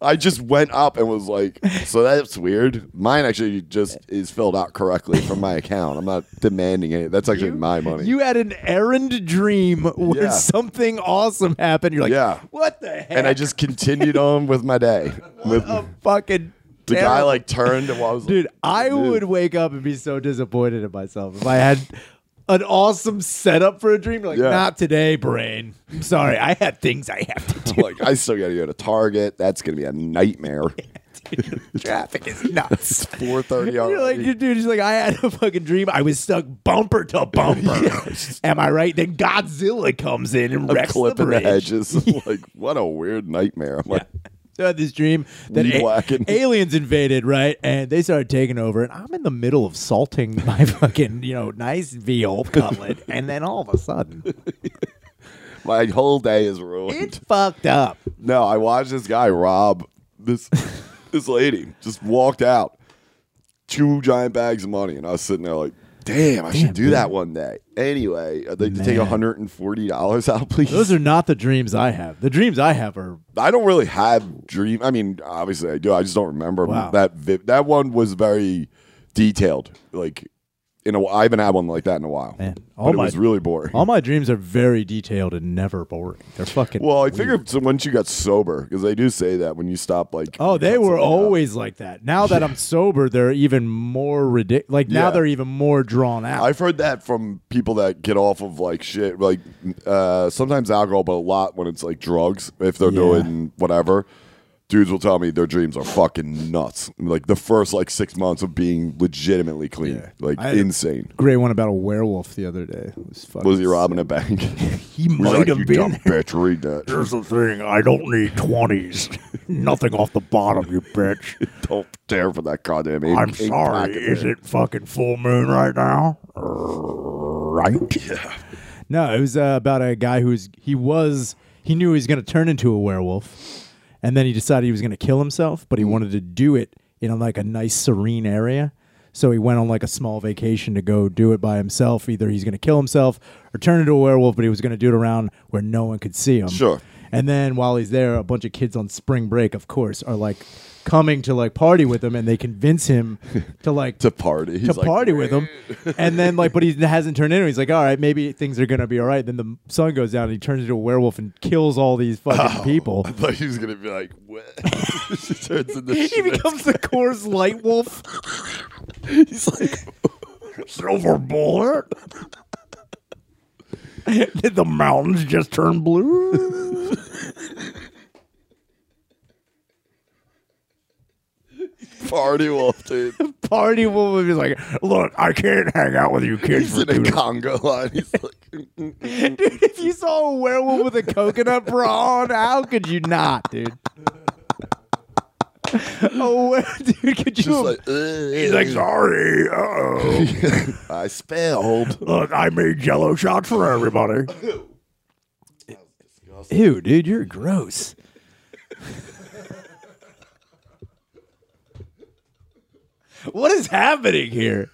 I just went up and was like, so that's weird. Mine actually just is filled out correctly from my account. I'm not demanding it. That's actually my money. You had an errand dream where Yeah. something awesome happened. You're like, Yeah. what the heck? and I just continued on with my day. With a fucking the guy terrible- like turned and I was dude. like, I would wake up and be so disappointed in myself if I had an awesome setup for a dream. Like, Yeah. not today, brain. I'm sorry, I had things I have to do. like I still got to go to Target. That's gonna be a nightmare. Dude, the traffic is nuts. Four thirty You're like, already. dude, he's like, I had a fucking dream. I was stuck bumper to bumper. Am I right? Then Godzilla comes in and I'm wrecks the clipping the, bridge. hedges. like what a weird nightmare. I'm like, So I had this dream that Knee a- blacking. aliens invaded, right? And they started taking over, and I'm in the middle of salting my fucking, you know, nice veal cutlet, and then all of a sudden, my whole day is ruined. it's fucked up. No, I watched this guy rob this this lady just walked out two giant bags of money, and I was sitting there like, "Damn, I should do that one day." Anyway, I'd like to take Man. one hundred and forty dollars out, please. Those are not the dreams I have. The dreams I have are I don't really have dream. I mean, obviously I do. I just don't remember Wow. that. Vi- that one was very detailed. Like, in a, I haven't had one like that in a while. Man, all but it my- was really boring. all my dreams are very detailed and never boring. They're fucking well, I weird. figure so once you got sober, because they do say that when you stop, like Oh, you they cut were something out. always like that. Now that I'm sober, they're even more ridiculous. Like now Yeah. they're even more drawn out. I've heard that from people that get off of like shit, like uh, sometimes alcohol, but a lot when it's like drugs. If they're Yeah. doing whatever, dudes will tell me their dreams are fucking nuts. Like the first like six months of being legitimately clean, Yeah. like I- insane. Great one about a werewolf the other day. It was fucking Was he robbing a bank? He He's might like, have you been. dumb bitch, read that. Here's the thing. I don't need twenties. Nothing off the bottom, you bitch. Don't tear for that goddamn. eight- I'm eight sorry. pack of Is beer. it fucking full moon right now? Right. No, it was uh, about a guy who's he was he knew he was going to turn into a werewolf, and then he decided he was going to kill himself, Mm. but he wanted to do it in like a nice serene area. So he went on like a small vacation to go do it by himself. Either he's going to kill himself or turn into a werewolf, but he was going to do it around where no one could see him. Sure. And then while he's there, a bunch of kids on spring break, of course, are like coming to like party with him, and they convince him to like To party. He's to like, party with him. And then like, but he hasn't turned into. He's like, all right, maybe things are gonna be all right. Then the sun goes down, and he turns into a werewolf and kills all these fucking people. I thought he was gonna be like, what? She turns into He shit. becomes the Coors Light Wolf. He's like, silver bullet. Did the mountains just turn blue? Party wolf, dude. Party wolf would be like, look, I can't hang out with you kids. He's For in a too Congo line. He's like, long." dude, if you saw a werewolf with a coconut bra on, how could you not, dude? Oh, were- dude, could you? just like, he's sorry. Uh-oh. I spelled. Look, I made jello shots for everybody. Ew, dude, you're gross. what is happening here?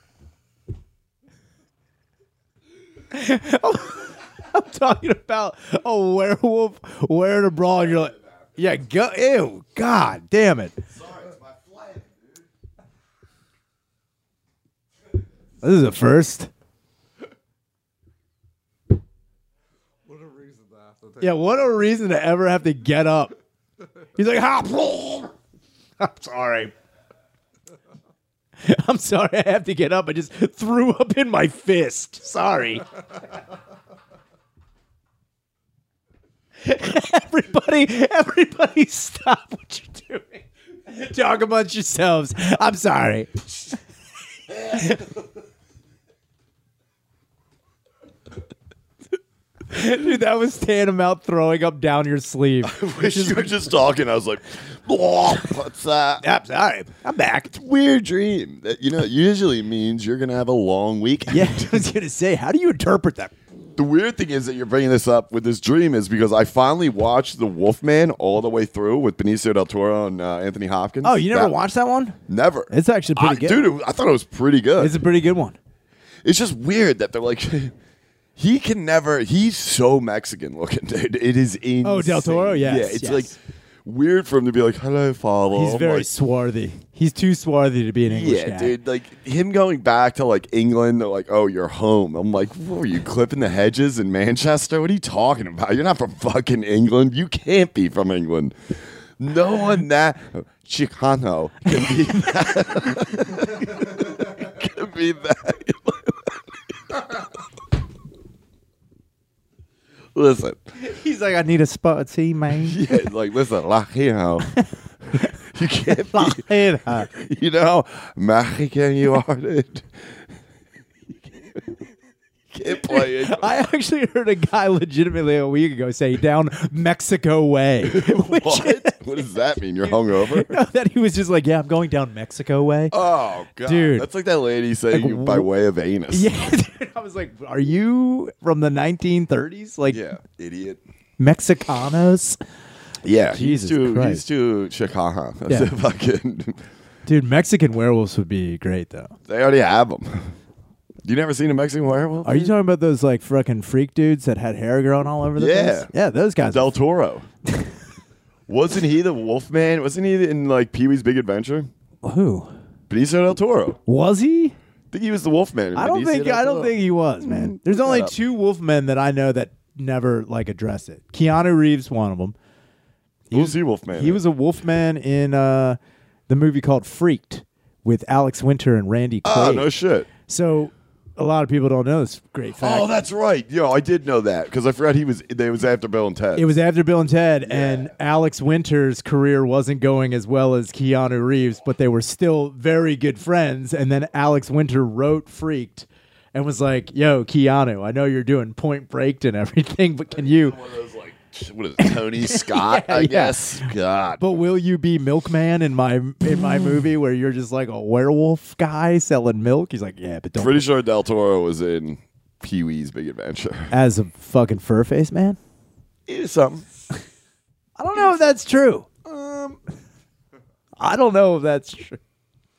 I'm talking about a werewolf wearing a bra, and you're like, yeah, go, ew, god damn it. This is a first. What a reason to have to take. Yeah, what a reason to ever have to get up. He's like, hop. I'm sorry. I'm sorry, I have to get up. I just threw up in my fist. Sorry. everybody, everybody, stop what you're doing. Talk amongst yourselves. I'm sorry. Dude, that was tantamount throwing up down your sleeve. Wish you were just talking. I was like, "Blah, what's that? I'm sorry. I'm back. Weird dream. That you know usually means you're gonna have a long weekend. Yeah, I was gonna say, how do you interpret that? the weird thing is that you're bringing this up with this dream is because I finally watched The Wolfman all the way through with Benicio del Toro and uh, Anthony Hopkins. Oh, you never That- watched that one? Never. It's actually pretty good. I- dude. I thought it was pretty good. It's a pretty good one. It's just weird that they're like, he can never. He's so Mexican looking, dude. It is insane. Oh, Del Toro? Yes, Yeah, it's yes. like weird for him to be like, "Hello, father." He's I'm very like, swarthy. He's too swarthy to be an English yeah, guy. dude. Like him going back to like England. They're like, "Oh, you're home." I'm like, "What were you clipping the hedges in Manchester? What are you talking about? You're not from fucking England. You can't be from England." No one that Chicano can be that. can be that. listen, He's like, I need a spot of tea, man. yeah, like listen, Latino. You can't be Fuck it up. you know, Mexican you are, dude. You can't play it. I actually heard a guy legitimately a week ago say down Mexico way. Which What? what does that mean? You're hungover? no, that he was just like, yeah, I'm going down Mexico way. Oh god, Dude. That's like that lady saying Like, you by wh- way of anus. yeah, dude, I was like, are you from the 1930s? Like Yeah, idiot. Mexicanos? Yeah, Jesus he's too Christ. he's too Chicago. That's Yeah. a fucking. Dude, Mexican werewolves would be great though. They already have them. You never seen a Mexican werewolf? Are you talking about those like fucking freak dudes that had hair growing all over the Yeah. place? Yeah, those guys. Del Toro? Wasn't he the Wolfman? Wasn't he in like Pee Wee's Big Adventure? Who Benicio del Toro. was he? I think he was the Wolfman. in I don't Benicio think del I don't Toro. think he was, man. There's only that up. two Wolfmen that I know that never like address it. Keanu Reeves, one of them. Who was he Wolfman? He in? was a Wolfman in uh, the movie called Freaked with Alex Winter and Randy Quaid. Oh, no shit. so a lot of people don't know this great fact. Oh, that's right. Yo, I did know that because I forgot he was. They was after Bill and Ted. it was after Bill and Ted, and Alex Winter's career wasn't going as well as Keanu Reeves, but they were still very good friends. And then Alex Winter wrote Freaked and was like, Yo, Keanu, I know you're doing point breaked and everything, but can you, one of those like what is it, Tony Scott? I yeah. guess. God. but will you be Milkman in my in my movie where you're just like a werewolf guy selling milk? He's like, Yeah, but don't Pretty sure Del Toro was in Pee Wee's Big Adventure. as a fucking fur face man? He was something. I don't know if that's true. Um, I don't know if that's true.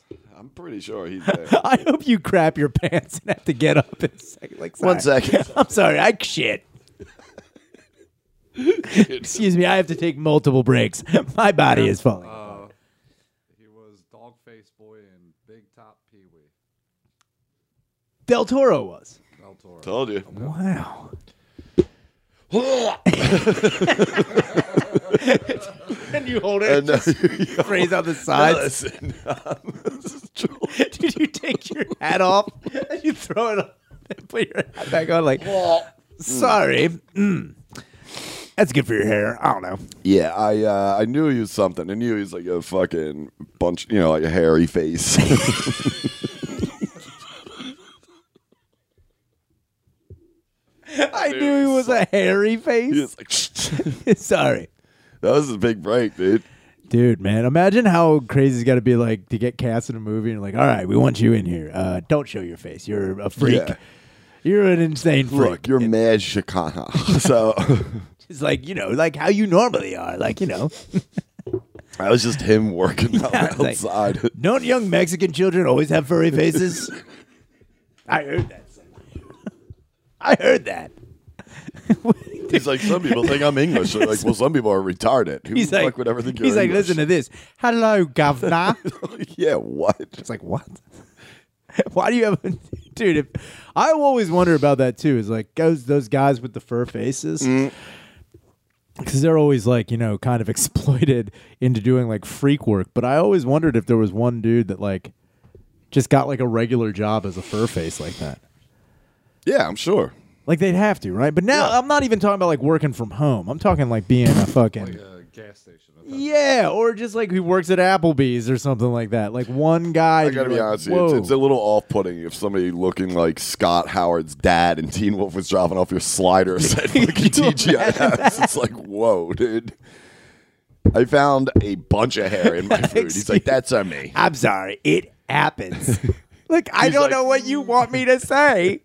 I'm pretty sure he's there. I hope you crap your pants and have to get up in a second. Like, One sorry. second. I'm sorry. I shit. Excuse me. I have to take multiple breaks. My body is falling. Uh, he was Dogface Boy and Big Top Pee Wee. Del Toro was. Del Toro. Told you. Wow. Can you hold it? And, uh, Phrase on the side. listen, this is true. Did you take your hat off? and you throw it on and put your hat back on like sorry. Mm. That's good for your hair. I don't know. Yeah, I uh, I knew he was something. I knew he was like a fucking bunch, you know, like a hairy face. I knew he was a hairy he face. was like, sorry. that was a big break, dude. Dude, man, imagine how crazy it's got to be like to get cast in a movie and like, all right, we want you in here. Uh, don't show your face. You're a freak. Yeah. You're an insane freak. Look, you're mad Chicana. so It's like you know, like how you normally are. Like you know, That was just him working out Yeah, like- outside. don't young Mexican children always have furry faces? I heard that. somewhere. I heard that. he's like, some people think I'm English. They're like, well, some people are retarded. Who He's the like, fuck would ever think you're he's like, English? listen to this. Hello, governor. yeah, what? It's like what? Why do you have, a, dude? If, I always wonder about that too. Is like those those guys with the fur faces, Mm. because they're always like you know kind of exploited into doing like freak work. But I always wondered if there was one dude that like just got like a regular job as a fur face like that. Yeah, I'm sure. Like they'd have to, right? But now I'm not even talking about like working from home. I'm talking like being Oh, a fucking Like a gas station. at that- yeah, or just like who works at Applebee's or something like that. Like one guy. I gotta be honest with you. It's, it's a little off putting if somebody looking like Scott Howard's dad and Teen Wolf was dropping off your slider said fucking TGIS. It's like, whoa, dude. I found a bunch of hair in my food. He's like, that's on me. I'm sorry. It happens. Look, I He's don't like- know what you want me to say.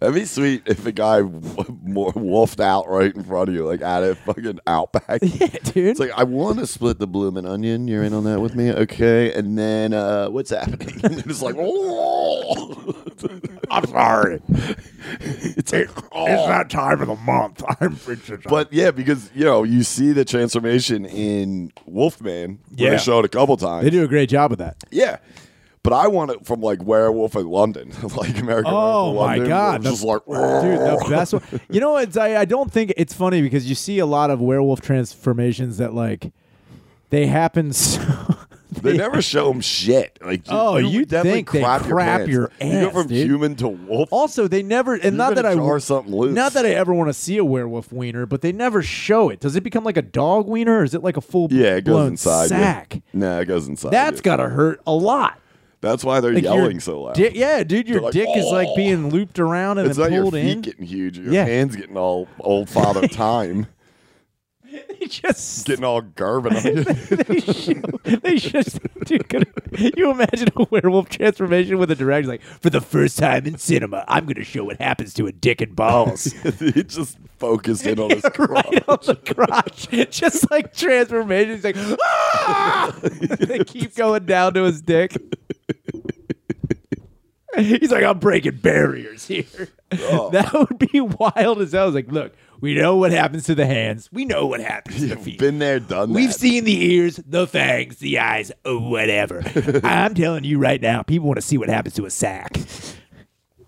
That'd be sweet if a guy w- more wolfed out right in front of you, like at a fucking outback. Yeah, dude. It's like I want to split the bloomin' onion. You're in on that with me, okay? And then uh, what's happening? And it's like, oh, I'm sorry. It's like, It's "Oh." that time of the month. I'm Richard. But yeah, because you know you see the transformation in Wolfman. where Yeah. they show it a couple times. they do a great job with that. Yeah. But I want it from like Werewolf in London, like American Oh Werewolf in my London, god, where it's just The- like dude, the best one. You know, it's I, I don't think it's funny because you see a lot of werewolf transformations that like they happen so. They never show him shit. Like, Oh, you, you would definitely think they crap your crap pants. your You go ass, from dude. human to wolf. Also, they never and not gonna that I jar something loose. Not that I ever want to see a werewolf wiener, but they never show it. Does it become like a dog wiener, or is it like a full yeah, it goes blown inside. you. sack? Nah, it goes inside. That's you. gotta hurt a lot. That's why they're Like your yelling so loud. di- yeah, dude, your They're like, dick is like "Oh." being looped around and it's then not your pulled feet in. getting huge. Your Yeah. hands getting all old father time, They just getting all garvin on you. they, show, they just dude, could you imagine a werewolf transformation with a director like for the first time in cinema i'm gonna show what happens to a dick and balls he just focused in on his crotch. right on the crotch just like transformations like ah! they keep going down to his dick He's like, I'm breaking barriers here. Oh, That would be wild as hell. I was like, look, we know what happens to the hands. We know what happens to the feet. Been there, done We've that. seen the ears, the fangs, the eyes, whatever. I'm telling you right now, people want to see what happens to a sack.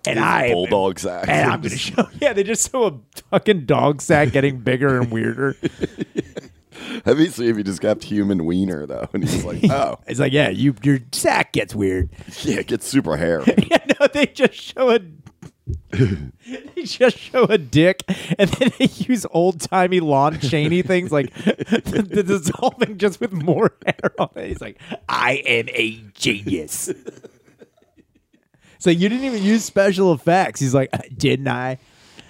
And I bulldog sack. and I'm gonna show. Yeah, they just show a fucking dog sack getting bigger and weirder. Have you seen if he just kept human wiener though? And he's like, oh It's like, yeah, you your sack gets weird. yeah, it gets super hair. Yeah, no, they just show a. they just show a dick, and then they use old timey Lon Chaney things like the, the dissolving just with more hair on it. He's like, I am a genius. So you didn't even use special effects. He's like, "Uh, didn't I?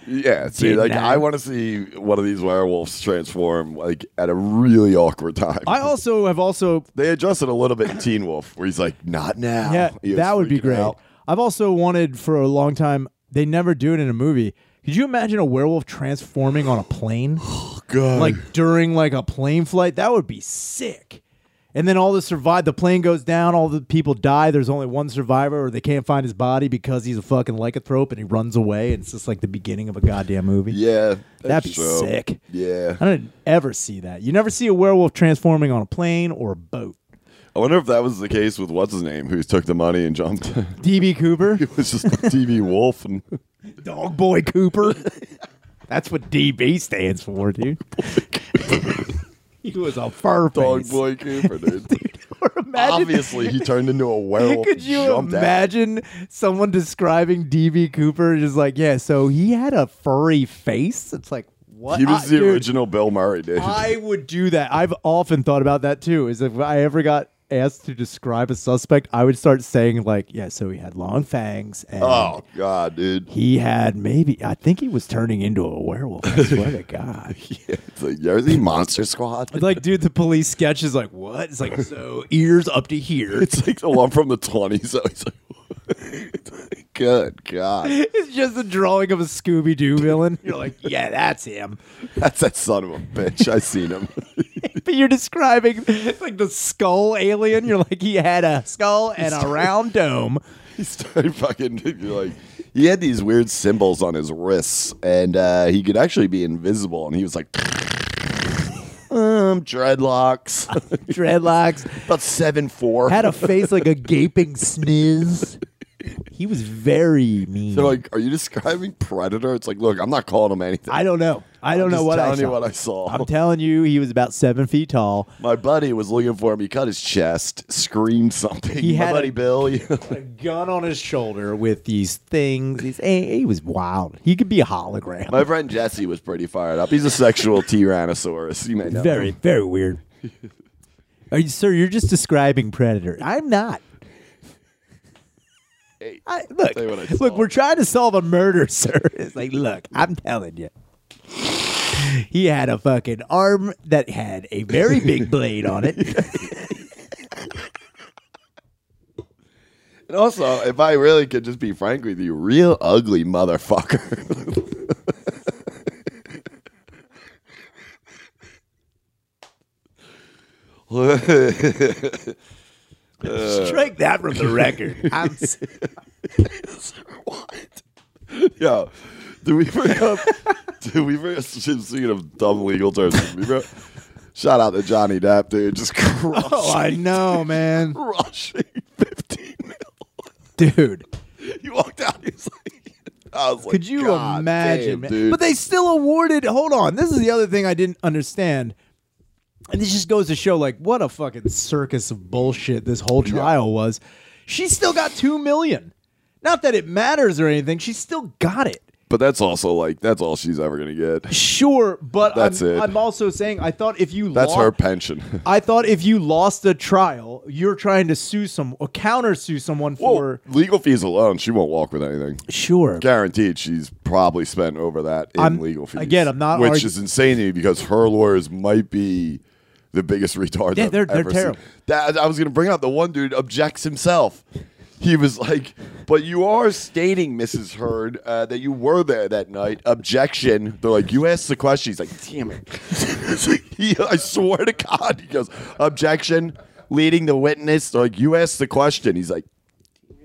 Yeah, see, Didn't like I? I want to see one of these werewolves transform like at a really awkward time. I also have also they adjusted a little bit in Teen Wolf, where he's like, "Not now." Yeah, He was that would be Ah, freaking great. out. I've also wanted for a long time. They never do it in a movie. Could you imagine a werewolf transforming on a plane, God. like during like a plane flight? That would be sick. And then all the survive. The plane goes down. All the people die. There's only one survivor, or they can't find his body because he's a fucking lycanthrope and he runs away. And it's just like the beginning of a goddamn movie. yeah, That'd be so- sick. Yeah, I don't ever see that. You never see a werewolf transforming on a plane or a boat. I wonder if that was the case with what's his name, who took the money and jumped. DB Cooper. it was just TV Wolf and Dog Boy Cooper. That's what DB stands for, dude. he was a fur Dog face. Boy Cooper, dude. Or imagine, Obviously, he turned into a werewolf. could you and jumped at- imagine someone describing DB Cooper just like, yeah, so he had a furry face? It's like, what? He was I- the dude, original Bill Murray, dude. I would do that. I've often thought about that too. Is if I ever got asked to describe a suspect, I would start saying like, yeah, so he had long fangs and oh God, dude. he had maybe I think he was turning into a werewolf. I swear to God. It's like Jersey Monster Squad. It's like, dude, the police sketch is like, what? It's like, so ears up to here. It's like the one from the twenties. So he's like, good God, It's just a drawing of a Scooby Doo villain. You're like, yeah, that's him. that's that son of a bitch. I seen him. But you're describing like the skull alien. You're like, he had a skull and a round dome. he started fucking like he had these weird symbols on his wrists, and uh, he could actually be invisible. And he was like, um, dreadlocks, Dreadlocks. about seven four. Had a face like a gaping sniz. He was very mean. They're like, are you describing Predator? It's like, look, I'm not calling him anything. I don't know. I don't I'm know just what I telling saw. you what I saw. I'm telling you, he was about seven feet tall. My buddy was looking for him. He cut his chest, screamed something. He My had a- buddy Bill. you- a gun on his shoulder with these things. He's, eh, he, he was wild. He could be a hologram. My friend Jesse was pretty fired up. He's a sexual tyrannosaurus. You may know. very, very weird. Are you, sir, you're just describing Predator. I'm not. Hey, I, look, tell you what I look, saw. we're trying to solve a murder, sir. It's like, look, I'm telling you. He had a fucking arm that had a very big blade on it. And And also, if I really could just be frank with you, real ugly motherfucker. Strike that from the record. I'm s- what? Yo, do we bring up? do we bring up? Speaking of dumb legal terms, did we bring up- shout out to Johnny Depp, dude. Just crushing, oh, I know, man. crushing fifteen mil. Dude, He walked out. He was like, I was like, could you "God imagine? damn, man? dude. But they still awarded. Hold on. This is the other thing I didn't understand. And this just goes to show, like, what a fucking circus of bullshit this whole trial was. She still got two million. Not that it matters or anything. She still got it. But that's also like that's all she's ever gonna get. Sure, but That's I'm, it. I'm also saying I thought if you That's lo- her pension. I thought if you lost a trial, you're trying to sue some or counter sue someone for Well, legal fees alone, she won't walk with anything. sure. Guaranteed, she's probably spent over that in I'm- legal fees. again, I'm not which argu- is insane to me because her lawyers might be the biggest retards. Yeah, I've they're- they're ever seen. terrible. That I was going to bring up the one dude objects himself. He was like, "But you are stating, Mrs. Heard, uh, that you were there that night." Objection! They're like, "You asked the question." He's like, "Damn it!" It's like, he- I swear to God, he goes, "Objection!" Leading the witness, they're like, "You asked the question." He's like,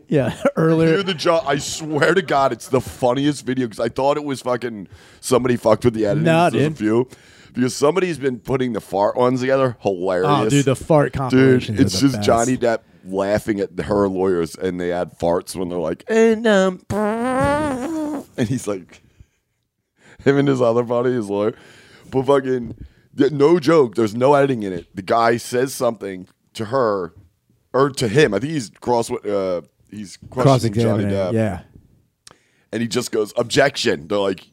Yeah, Hear earlier. the jaw. I swear to God, it's the funniest video because I thought it was fucking somebody fucked with the editing. Nah, There's a dude. few because somebody's been putting the fart ones together. Hilarious, Oh, dude, the fart Dude, compilation. it's just Johnny Depp laughing at her lawyers, and they add farts when they're like, and um, and he's like, him and his other buddy, his lawyer, but fucking, th- no joke. There's no editing in it. The guy says something to her, or to him. I think he's cross. Uh, he's cross questioning Johnny examining. Depp, Yeah, and he just goes, "Objection!" They're like,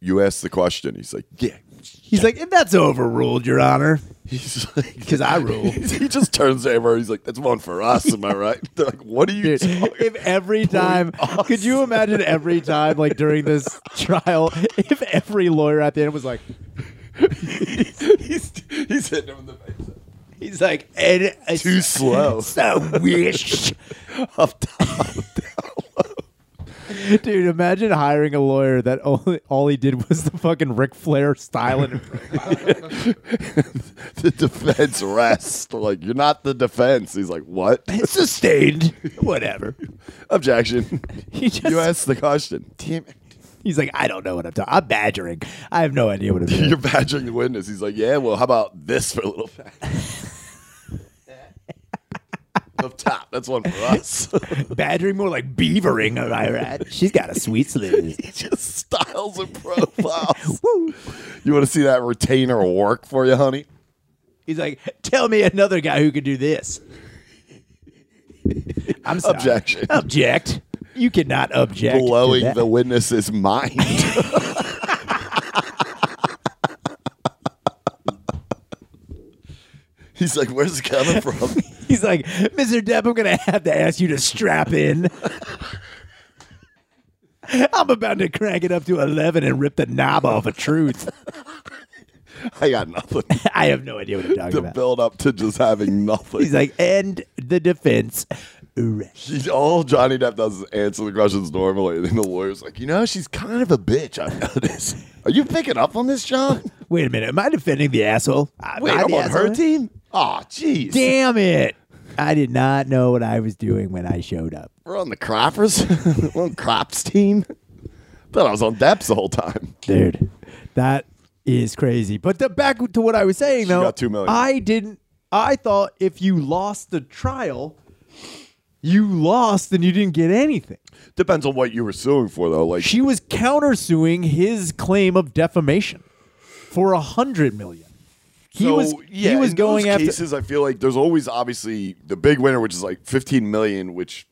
"You asked the question." He's like, "Yeah." he's like, if that's overruled, Your Honor, He's like. because I rule. He just turns over. He's like, "That's one for us." Am I right? They're like, "What are you?" Dude, talking if every time, could you imagine every time, like during this trial, if every lawyer at the end was like, he's, he's hitting him in the face. he's like, and it's Too slow. so wish. Up top. Dude, imagine hiring a lawyer that only all he did was the fucking Ric Flair style and the defense rests. They're like, you're not the defense. He's like, what? sustained. Whatever. Objection. He just you asked the question. Damn it. he's like, I don't know what I'm talking. I'm badgering. I have no idea what I'm doing. You're badgering the witness. He's like, yeah, well, how about this for a little fact? Up top. That's one for us. badgering more like beavering. Am I right? She's got a sweet sleeve. he just styles and profiles. Woo. you want to see that retainer work for you, honey? He's like, tell me another guy who could do this. I'm sorry. Objection. Object. You cannot object. to Blowing that. the witness's mind. He's like, where's it coming from? He's like, Mr. Depp, I'm going to have to ask you to strap in. I'm about to crank it up to 11 and rip the knob off of truth. I got nothing. I have no idea what I'm talking the about. build up to just having nothing. He's like, and the defense. rests." He- all Johnny Depp does is answer the questions normally, and then the lawyer's like, you know, she's kind of a bitch. I've noticed. Are you picking up on this, John? Wait a minute. Am I defending the asshole? Am Wait, I I'm the on her asshole? team. Oh, jeez. Damn it. I did not know what I was doing when I showed up. We're on the Croppers. We're on Crops team. Thought I was on Depp's the whole time. Dude, that is crazy. But the, back to what I was saying, though. got two million. I didn't. I thought if you lost the trial, you lost and you didn't get anything. Depends on what you were suing for, though. Like, She was countersuing his claim of defamation for a hundred million. He So, was he was in going those after cases. I feel like there's always obviously the big winner, which is like 15 million, which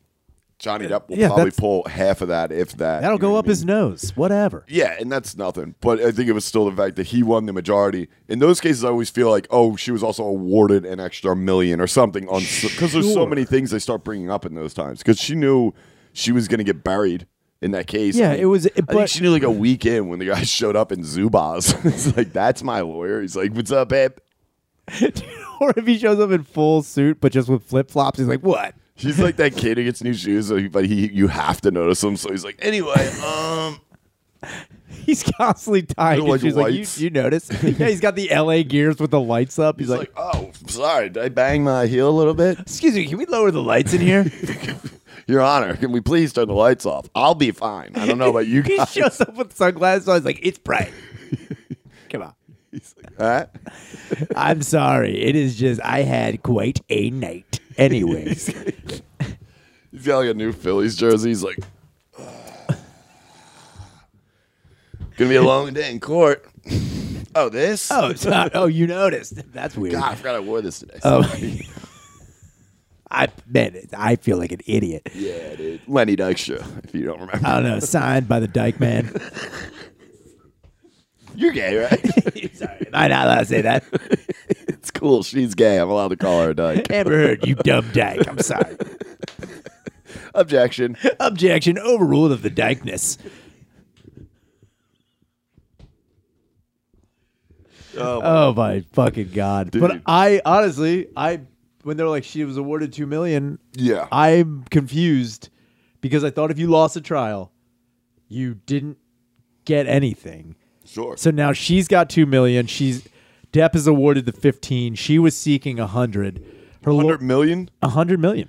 Johnny Depp will Yeah, probably that's- pull half of that, if that. that'll you know go what I up mean? his nose. Whatever. Yeah, and that's nothing. But I think it was still the fact that he won the majority. In those cases, I always feel like, oh, she was also awarded an extra million or something on because there's so Sure. many things they start bringing up in those times because she knew she was going to get buried in that case. Yeah, I mean, it was- I think but- she knew like a week in when the guy showed up in Zubaz. It's like that's my lawyer. He's like, "What's up, babe?" or if he shows up in full suit but just with flip flops, he's like, "What? He's like that kid who gets new shoes, so he- but he you have to notice him. So he's like, anyway, um, He's constantly tying Little, his like, shoes. Like, you, lights. you notice? Yeah, he's got the LA gears with the lights up. He's, he's like, like, oh, sorry, did I bang my heel a little bit? excuse me, can we lower the lights in here? Your Honor, can we please turn the lights off? I'll be fine. I don't know about you he guys. shows up with sunglasses on. He's like, it's bright. Come on. He's like, huh? I'm sorry. It is just, I had quite a night. Anyway. He's got like a new Phillies jersey. He's like, gonna be a long day in court. Oh, this? oh, so- oh, you noticed. That's weird. God, I forgot I wore this today. Um, I man, I feel like an idiot. yeah, dude. Lenny Dykstra, if you don't remember. I don't know. Signed by the Dyke Man. You're gay, right? Sorry, am I not allowed to say that? it's cool. She's gay. I'm allowed to call her a dyke. Amber Heard, you dumb dyke. I'm sorry. Objection. Objection overruled of the dykeness. Oh, Oh my fucking god! But Dude. I honestly, I when they were like she was awarded two million, yeah. I'm confused because I thought if you lost a trial, you didn't get anything. sure. So now she's got two million. She's Depp is awarded the fifteen. She was seeking a hundred. Her lo- 100 million? a hundred million.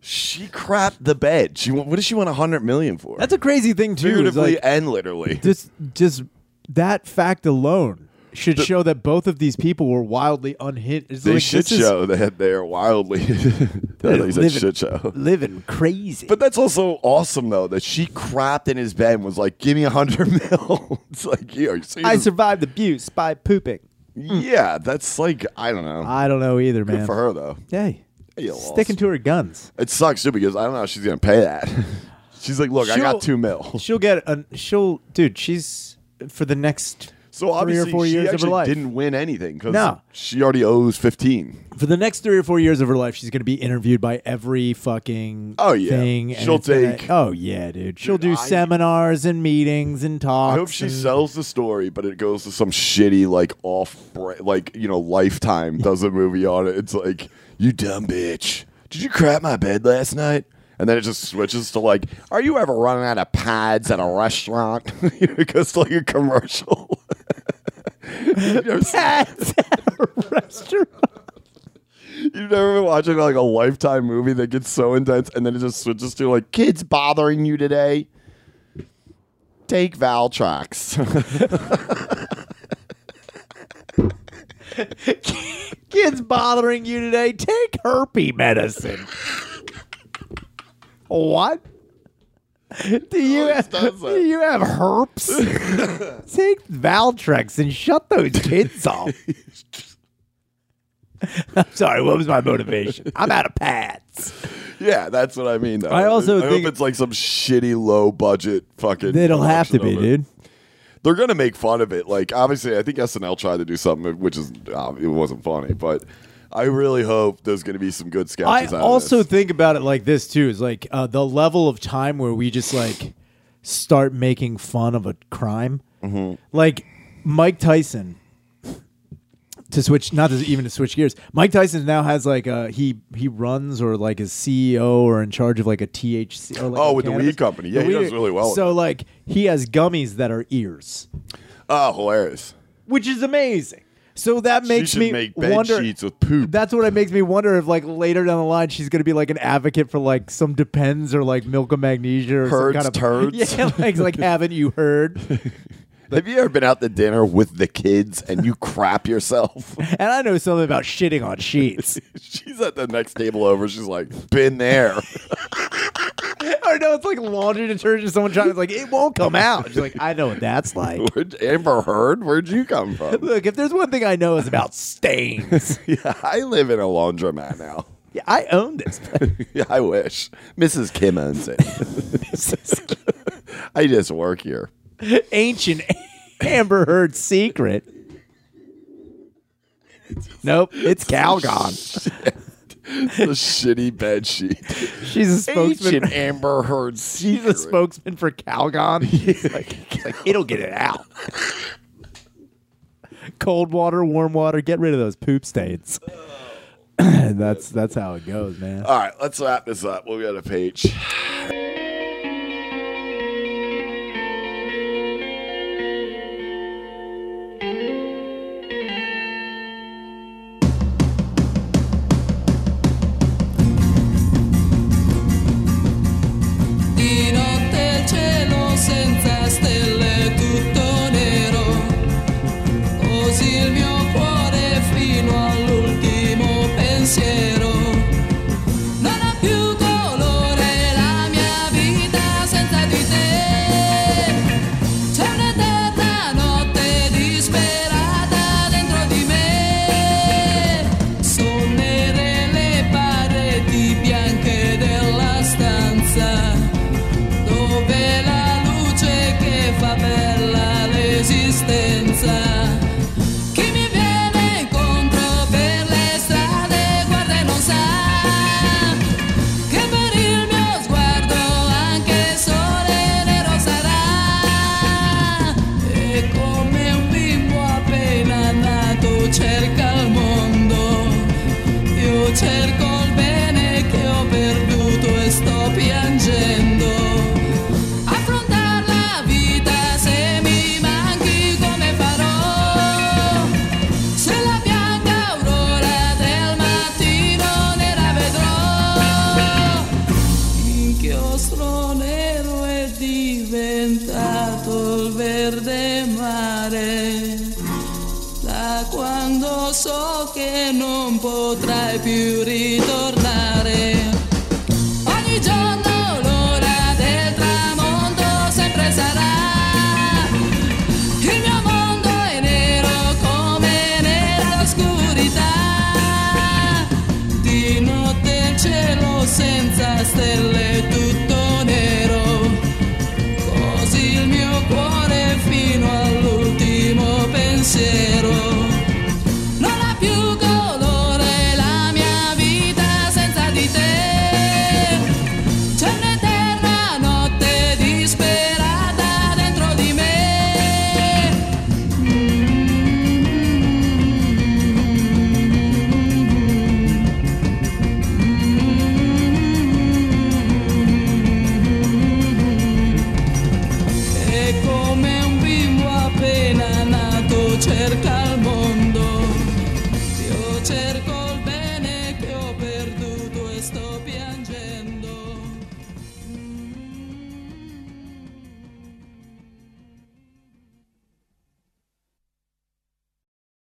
She crapped the bed. She wa- What does she want 100 million for? That's a crazy thing too. is figuratively like, and literally. just just that fact alone should show that both of these people were wildly unhinged. It's They like, should this is show that they are wildly. I think Living- it's a shit show. living crazy. But that's also awesome though that she crapped in his bed and was like, "Give me a hundred mil." it's like, yeah, so I you- survived abuse by pooping. yeah, that's like I don't know. I don't know either, man. Good for her though. Hey, Hey, you sticking lost. to her guns. It sucks too because I don't know how she's gonna pay that. she's like, "Look, I She'll- got two mil." She'll get an. She'll, dude. She's for the next So obviously, three or four she years of her actually life. didn't win anything because No. she already owes fifteen. for the next three or four years of her life, she's going to be interviewed by every fucking Oh, yeah. thing. and She'll it's gonna- take- oh yeah, dude. She'll do I- seminars and meetings and talks. I hope she and- sells the story, but it goes to some shitty like off, bra- like you know, Lifetime does a movie on it. It's like you dumb bitch. Did you crap my bed last night? And then it just switches to like, are you ever running out of pads at a restaurant? you know, it goes to like a commercial. you've, never seen- That's at a restaurant. you've never been watching like a Lifetime movie that gets so intense, and then it just switches to like kids bothering you today. Take Valtrax. Kids bothering you today? Take herpy medicine. what? Do you Always have, does do that. you have herps? Take Valtrex and shut those kids off. I'm sorry. What was my motivation? I'm out of pads. Yeah, that's what I mean. Though. I also hope think- it's like some shitty low budget fucking. It'll have to be, production of it. dude. They're gonna make fun of it. Like obviously, I think SNL tried to do something which is uh, it wasn't funny, but I really hope there's gonna be some good sketches. I out of also this. think about it like this too: is like uh, the level of time where we just like start making fun of a crime, Mm-hmm. like Mike Tyson. To switch, not to even to switch gears. Mike Tyson now has like a he he runs or like is CEO or in charge of like a THC. Or like Oh, a with the weed cannabis- company. Yeah, he does really well with So like he has gummies that are ears, oh hilarious. which is amazing. So that makes should me make bed wonder. sheets with poop. That's what it makes me wonder if, like, later down the line, she's going to be like an advocate for like some Depends or like Milk of Magnesia or Herds, some kind of turds. Yeah, like, like haven't you heard? Have you ever been out to dinner with the kids and you crap yourself? And I know something about shitting on sheets. She's at the next table over. She's like, been there. or no, it's like laundry detergent. Someone trying to like it won't come out. She's like, I know what that's like. Where'd, Amber Heard, where'd you come from? Look, if there's one thing I know is about stains. yeah, I live in a laundromat now. yeah, I own this. yeah, I wish. Mrs. Kim owns it. This I just work is here. ancient Amber Heard secret. Nope, it's Calgon. The shitty bed sheet. She's a spokesman. Ancient Amber Heard secret. He's a spokesman for Calgon. He's like, he's like, it'll get it out. Cold water, warm water, get rid of those poop stains. that's that's how it goes, man. All right, let's wrap this up. We'll get a page. In hotel cielo senza stelle tutto nero, così il mio cuore fino all'ultimo pensiero. Non ha più colore la mia vita senza di te. C'è un'eterna notte disperata dentro di me. Sonnerei le pareti bianche della stanza dove la luce che fa bella l'esistenza. Chi mi viene incontro per le strade guarda e non sa che per il mio sguardo anche il sole nero sarà. E come un bimbo appena nato cerca il mondo. Io cerco il bene che ho perduto e sto piangendo. Affrontare la vita se mi manchi come farò. Se la bianca aurora del mattino ne la vedrò. L'inchiostro nero è diventato il verde mare da quando so che non potrai più ritornare. Ogni giorno l'ora del tramonto sempre sarà. Il mio mondo è nero come nera l'oscurità. Di notte il cielo senza stelle è tutto nero. Così il mio cuore fino all'ultimo pensiero Non ha più colore la mia vita senza di te C'è un'eterna notte disperata dentro di me E come un bimbo appena nato cerca il mondo, io cerco